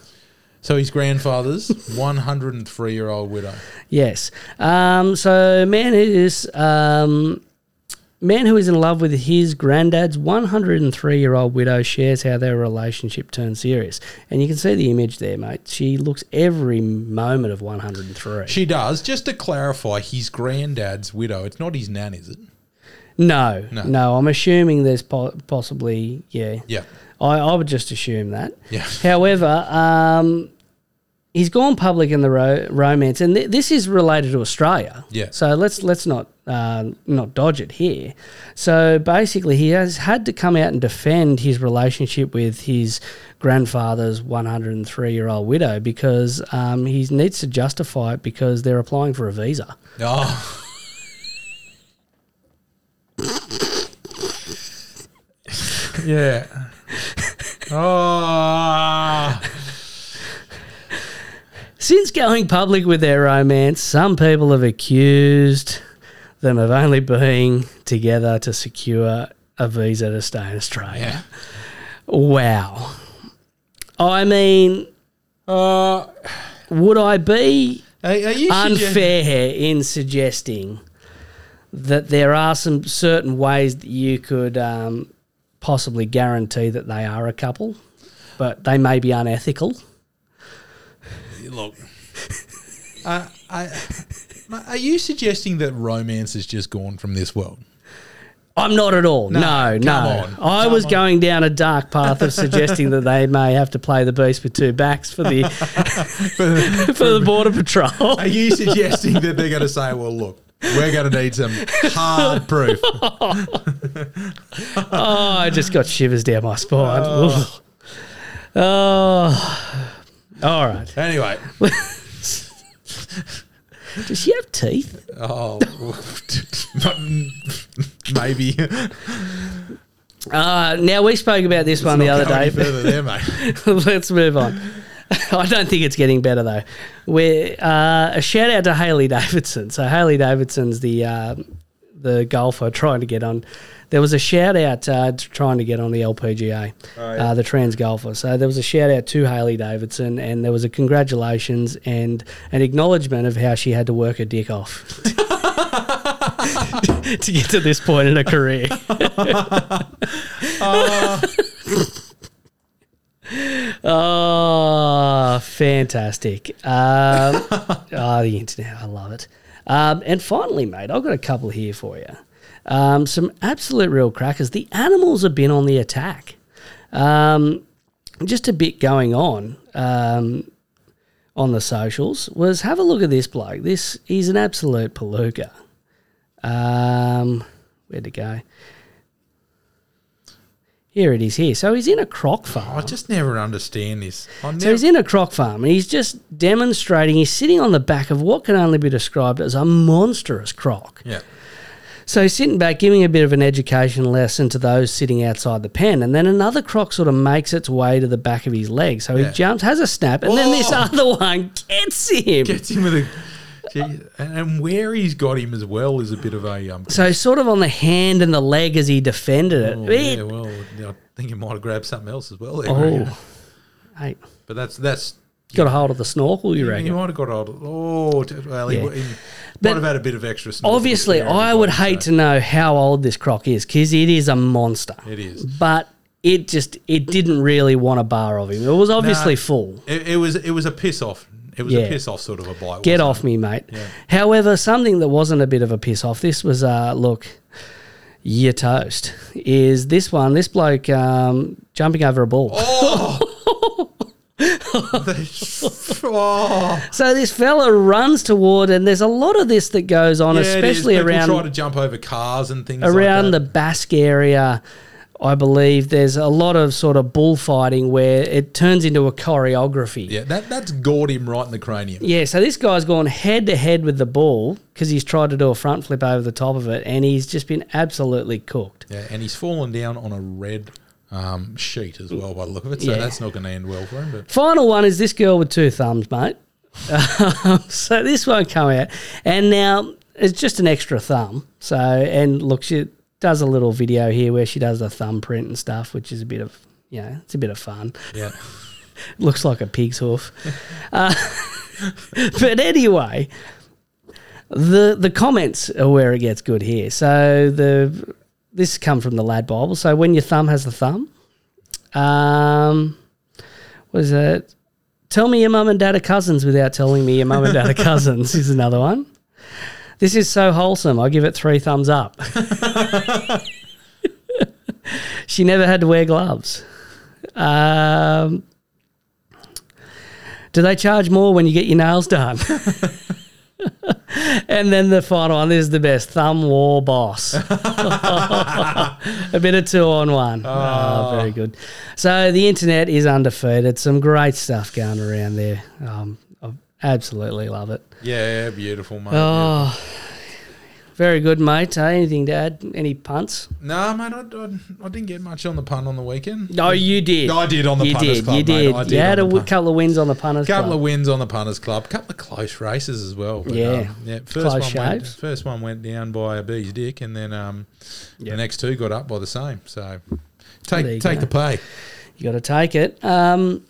Speaker 2: So his grandfather's 103 year old widow.
Speaker 1: Yes. Um, so man is um, man who is in love with his granddad's 103 year old widow shares how their relationship turned serious, and you can see the image there, mate. She looks every moment of 103.
Speaker 2: She does. Just to clarify, his granddad's widow. It's not his nan, is it?
Speaker 1: no,
Speaker 2: No.
Speaker 1: no, I'm assuming there's po- possibly yeah.
Speaker 2: Yeah.
Speaker 1: I, I would just assume that.
Speaker 2: Yeah.
Speaker 1: However, um, he's gone public in the ro- romance, and th- this is related to Australia.
Speaker 2: Yeah.
Speaker 1: So let's let's not uh, not dodge it here. So basically, he has had to come out and defend his relationship with his grandfather's 103 year old widow because um, he needs to justify it because they're applying for a visa.
Speaker 2: Oh. yeah. Oh.
Speaker 1: Since going public with their romance, some people have accused them of only being together to secure a visa to stay in Australia. Wow. I mean,
Speaker 2: Uh,
Speaker 1: would I be
Speaker 2: are, are you suggest-
Speaker 1: unfair in suggesting that there are some certain ways that you could um, possibly guarantee that they are a couple, but they may be unethical?
Speaker 2: Look. <laughs> Uh, I, are you suggesting that romance has just gone from this world?
Speaker 1: I'm not at all. No, no.
Speaker 2: No, come on.
Speaker 1: I
Speaker 2: Come
Speaker 1: was
Speaker 2: on.
Speaker 1: going down a dark path of suggesting that they may have to play the beast with two backs for the <laughs> for the border patrol.
Speaker 2: Are you suggesting that they're going to say, well, look, we're going to need some hard proof?
Speaker 1: Oh, I just got shivers down my spine. Oh. oh. All right.
Speaker 2: Anyway,
Speaker 1: Does she have teeth?
Speaker 2: oh, <laughs> maybe.
Speaker 1: Uh, now, we spoke about this one the
Speaker 2: Not
Speaker 1: other
Speaker 2: go
Speaker 1: day.
Speaker 2: any further there, mate.
Speaker 1: <laughs> Let's move on. I don't think it's getting better though. We're uh, a shout out to Haley Davidson. So Haley Davidson's the uh, the golfer trying to get on. There was a shout out uh, to trying to get on the LPGA, uh, the trans golfer. So there was a shout out to Haley Davidson, and there was a congratulations and an acknowledgement of how she had to work her dick off <laughs> to get to this point in her career. Oh, fantastic. Um, oh, the internet. I love it. Um, and finally, mate, I've got a couple here for you. Um, some absolute real crackers. The animals have been on the attack. Um, just a bit going on um, on the socials was have a look at this bloke. This he's an absolute palooka. Um, where'd it go? Here it is. Here, so he's in a croc farm.
Speaker 2: I just never understand this. I never,
Speaker 1: So he's in a croc farm and he's just demonstrating, he's sitting on the back of what can only be described as a monstrous croc.
Speaker 2: yeah.
Speaker 1: So he's sitting back, giving a bit of an education lesson to those sitting outside the pen. And then another croc sort of makes its way to the back of his leg. So he
Speaker 2: Yeah.
Speaker 1: jumps, has a snap, and then this
Speaker 2: Oh!
Speaker 1: other one gets him.
Speaker 2: Gets him with a. Gee, and- and where he's got him as well is a bit of a. Um,
Speaker 1: so he's sort of on the hand and the leg as he defended it.
Speaker 2: oh,
Speaker 1: It-
Speaker 2: yeah, well, I think he might have grabbed something else as well. There,
Speaker 1: oh. hey,
Speaker 2: But that's. that's
Speaker 1: got a hold of the snorkel, you
Speaker 2: He
Speaker 1: reckon?
Speaker 2: might have got old. Oh, t- well, he,
Speaker 1: Yeah.
Speaker 2: w- he
Speaker 1: But
Speaker 2: might have had a bit of extra. snorkel
Speaker 1: Obviously,
Speaker 2: there,
Speaker 1: I would
Speaker 2: everybody,
Speaker 1: hate
Speaker 2: so
Speaker 1: to know how old this croc is because it is a monster.
Speaker 2: It is.
Speaker 1: but it just it didn't really want a bar of him. It was obviously
Speaker 2: Nah.
Speaker 1: full.
Speaker 2: It, it was. It was a piss off. It was
Speaker 1: Yeah.
Speaker 2: a piss off sort of a bite.
Speaker 1: Get
Speaker 2: wasn't
Speaker 1: off me, mate. However, something that wasn't a bit of a piss off. This was uh, look, your toast is this one. This bloke um, jumping over a ball.
Speaker 2: Oh. it? <laughs> oh,
Speaker 1: So this fella runs toward, and there's a lot of this that goes on,
Speaker 2: yeah, it is.
Speaker 1: especially
Speaker 2: People
Speaker 1: around
Speaker 2: try to jump over cars and things
Speaker 1: around
Speaker 2: like
Speaker 1: the
Speaker 2: that.
Speaker 1: Basque area, I believe there's a lot of sort of bullfighting where it turns into a choreography.
Speaker 2: Yeah, that that's gored him right in the cranium.
Speaker 1: Yeah, so this guy's gone head to head with the ball because he's tried to do a front flip over the top of it, and he's just been absolutely cooked.
Speaker 2: Yeah, and he's fallen down on a red um, sheet as well by the look of it. So
Speaker 1: Yeah.
Speaker 2: that's not going to end well for him. But
Speaker 1: Final one is this girl with two thumbs, mate. <laughs> so this won't come out, and now it's just an extra thumb. So and look, she does a little video here where she does the thumbprint and stuff, which is a bit of you know, it's a bit of fun.
Speaker 2: yeah,
Speaker 1: looks like a pig's hoof. Uh, <laughs> but anyway, the the comments are where it gets good here. So the this come from the Lad Bible. So when your thumb has the thumb, um, what is it? Tell me your mum and dad are cousins without telling me your mum and dad are cousins is another one. This is so wholesome. I give it three thumbs up. <laughs> she never had to wear gloves. Um, do they charge more when you get your nails done? <laughs> and then the final one this is the best thumb war boss. <laughs> A bit of two on one. Oh. very good. So the internet is undefeated. Some great stuff going around there. Um, I absolutely love it.
Speaker 2: yeah, beautiful mate.
Speaker 1: Oh, very good, mate. Uh, anything to add? Any punts?
Speaker 2: No, mate, I, I, I didn't get much on the pun on the weekend.
Speaker 1: No, you did.
Speaker 2: I did on the
Speaker 1: you
Speaker 2: punters
Speaker 1: did.
Speaker 2: club,
Speaker 1: you
Speaker 2: mate.
Speaker 1: did.
Speaker 2: I did
Speaker 1: You
Speaker 2: on
Speaker 1: had
Speaker 2: the
Speaker 1: a w-
Speaker 2: pun-
Speaker 1: couple of wins on the punters
Speaker 2: couple
Speaker 1: club.
Speaker 2: of wins on the punters club, couple of close races as well. But,
Speaker 1: Yeah.
Speaker 2: um, yeah. First
Speaker 1: Close
Speaker 2: one went,
Speaker 1: shaves.
Speaker 2: first one went down by a bee's dick, and then um, the next two got up by the same.
Speaker 1: There
Speaker 2: So
Speaker 1: you
Speaker 2: take take
Speaker 1: go.
Speaker 2: the pay.
Speaker 1: you got to take it. Um,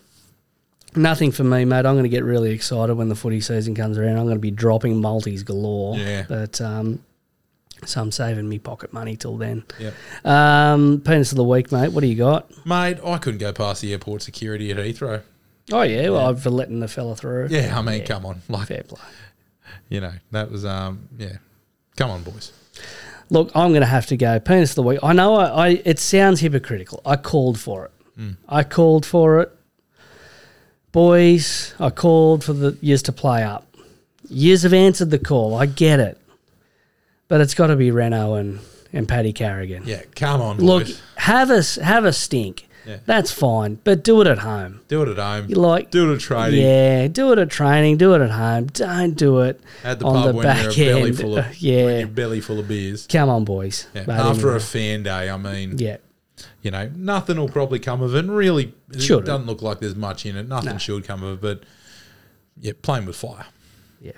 Speaker 1: nothing for me, mate. I'm going to get really excited when the footy season comes around. I'm going to be dropping multis galore.
Speaker 2: Yeah.
Speaker 1: But um, so I'm saving me pocket money till then.
Speaker 2: Yep.
Speaker 1: Um, penis of the week, mate. What do you got?
Speaker 2: Mate, I couldn't go past the airport security at Heathrow.
Speaker 1: Oh yeah, well, for letting the fella through.
Speaker 2: Yeah, I mean, come on, like
Speaker 1: Fair play.
Speaker 2: you know, that was um, yeah, come on, boys.
Speaker 1: Look, I'm going to have to go penis of the week. I know I, I it sounds hypocritical. I called for it.
Speaker 2: Mm.
Speaker 1: I called for it. Boys, I called for the years to play up. Years have answered the call. I get it. But it's got to be Renault and, and Paddy Carrigan.
Speaker 2: Yeah, come on,
Speaker 1: Look,
Speaker 2: boys.
Speaker 1: have us have a stink.
Speaker 2: Yeah.
Speaker 1: That's fine, but do it at home.
Speaker 2: do it at home.
Speaker 1: You like
Speaker 2: do it at trading.
Speaker 1: Yeah, do it at training, do it at home. Don't do it
Speaker 2: At the
Speaker 1: on
Speaker 2: pub
Speaker 1: the
Speaker 2: when
Speaker 1: back
Speaker 2: you're a belly
Speaker 1: end.
Speaker 2: full of when
Speaker 1: <laughs> yeah,
Speaker 2: you're belly full of beers.
Speaker 1: come on, boys.
Speaker 2: Yeah.
Speaker 1: But
Speaker 2: After
Speaker 1: anyway,
Speaker 2: a fan day, I mean,
Speaker 1: yeah,
Speaker 2: you know, nothing will probably come of it. And really, it
Speaker 1: Shouldn't.
Speaker 2: doesn't look like there's much in it. Nothing should come of it, but yeah, playing with fire.
Speaker 1: yeah.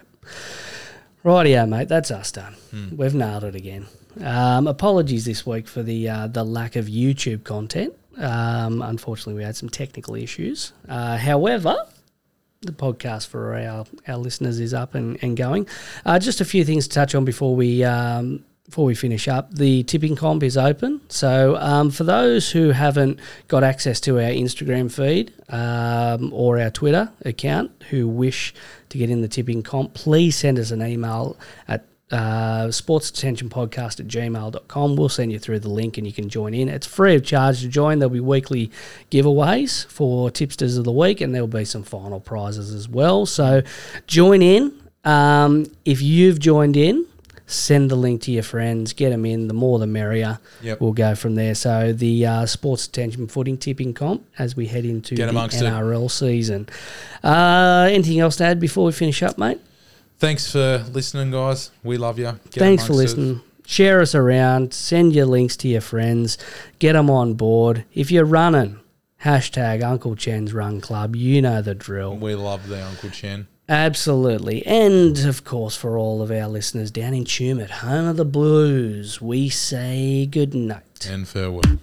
Speaker 1: Rightio, mate. That's us done. We've nailed it again. Um, apologies this week for the uh, the lack of YouTube content. Um, unfortunately, we had some technical issues. Uh, however, the podcast for our, our listeners is up and, and going. Uh, just a few things to touch on before we um, before we finish up. The tipping comp is open, so um, for those who haven't got access to our Instagram feed um, or our Twitter account, who wish to get in the tipping comp, please send us an email at uh, sports attention podcast at gmail.com. We'll send you through the link and you can join in. It's free of charge to join. There'll be weekly giveaways for tipsters of the week and there'll be some final prizes as well. So join in. Um, if you've joined in, send the link to your friends, get them in. The more the merrier.
Speaker 2: Yep.
Speaker 1: We'll go from there. So the uh, sports attention footing tipping comp as we head into
Speaker 2: Get
Speaker 1: the
Speaker 2: amongst it.
Speaker 1: NRL season. Uh, anything else to add before we finish up, mate?
Speaker 2: Thanks for listening, guys. We love you. Get
Speaker 1: Thanks for
Speaker 2: amongst it.
Speaker 1: listening. Share us around. Send your links to your friends. Get them on board. If you're running, hashtag Uncle Chen's Run Club. You know the drill.
Speaker 2: We love the Uncle Chen.
Speaker 1: Absolutely. And of course, for all of our listeners down in Tumut, home of the Blues, we say good night.
Speaker 2: And farewell.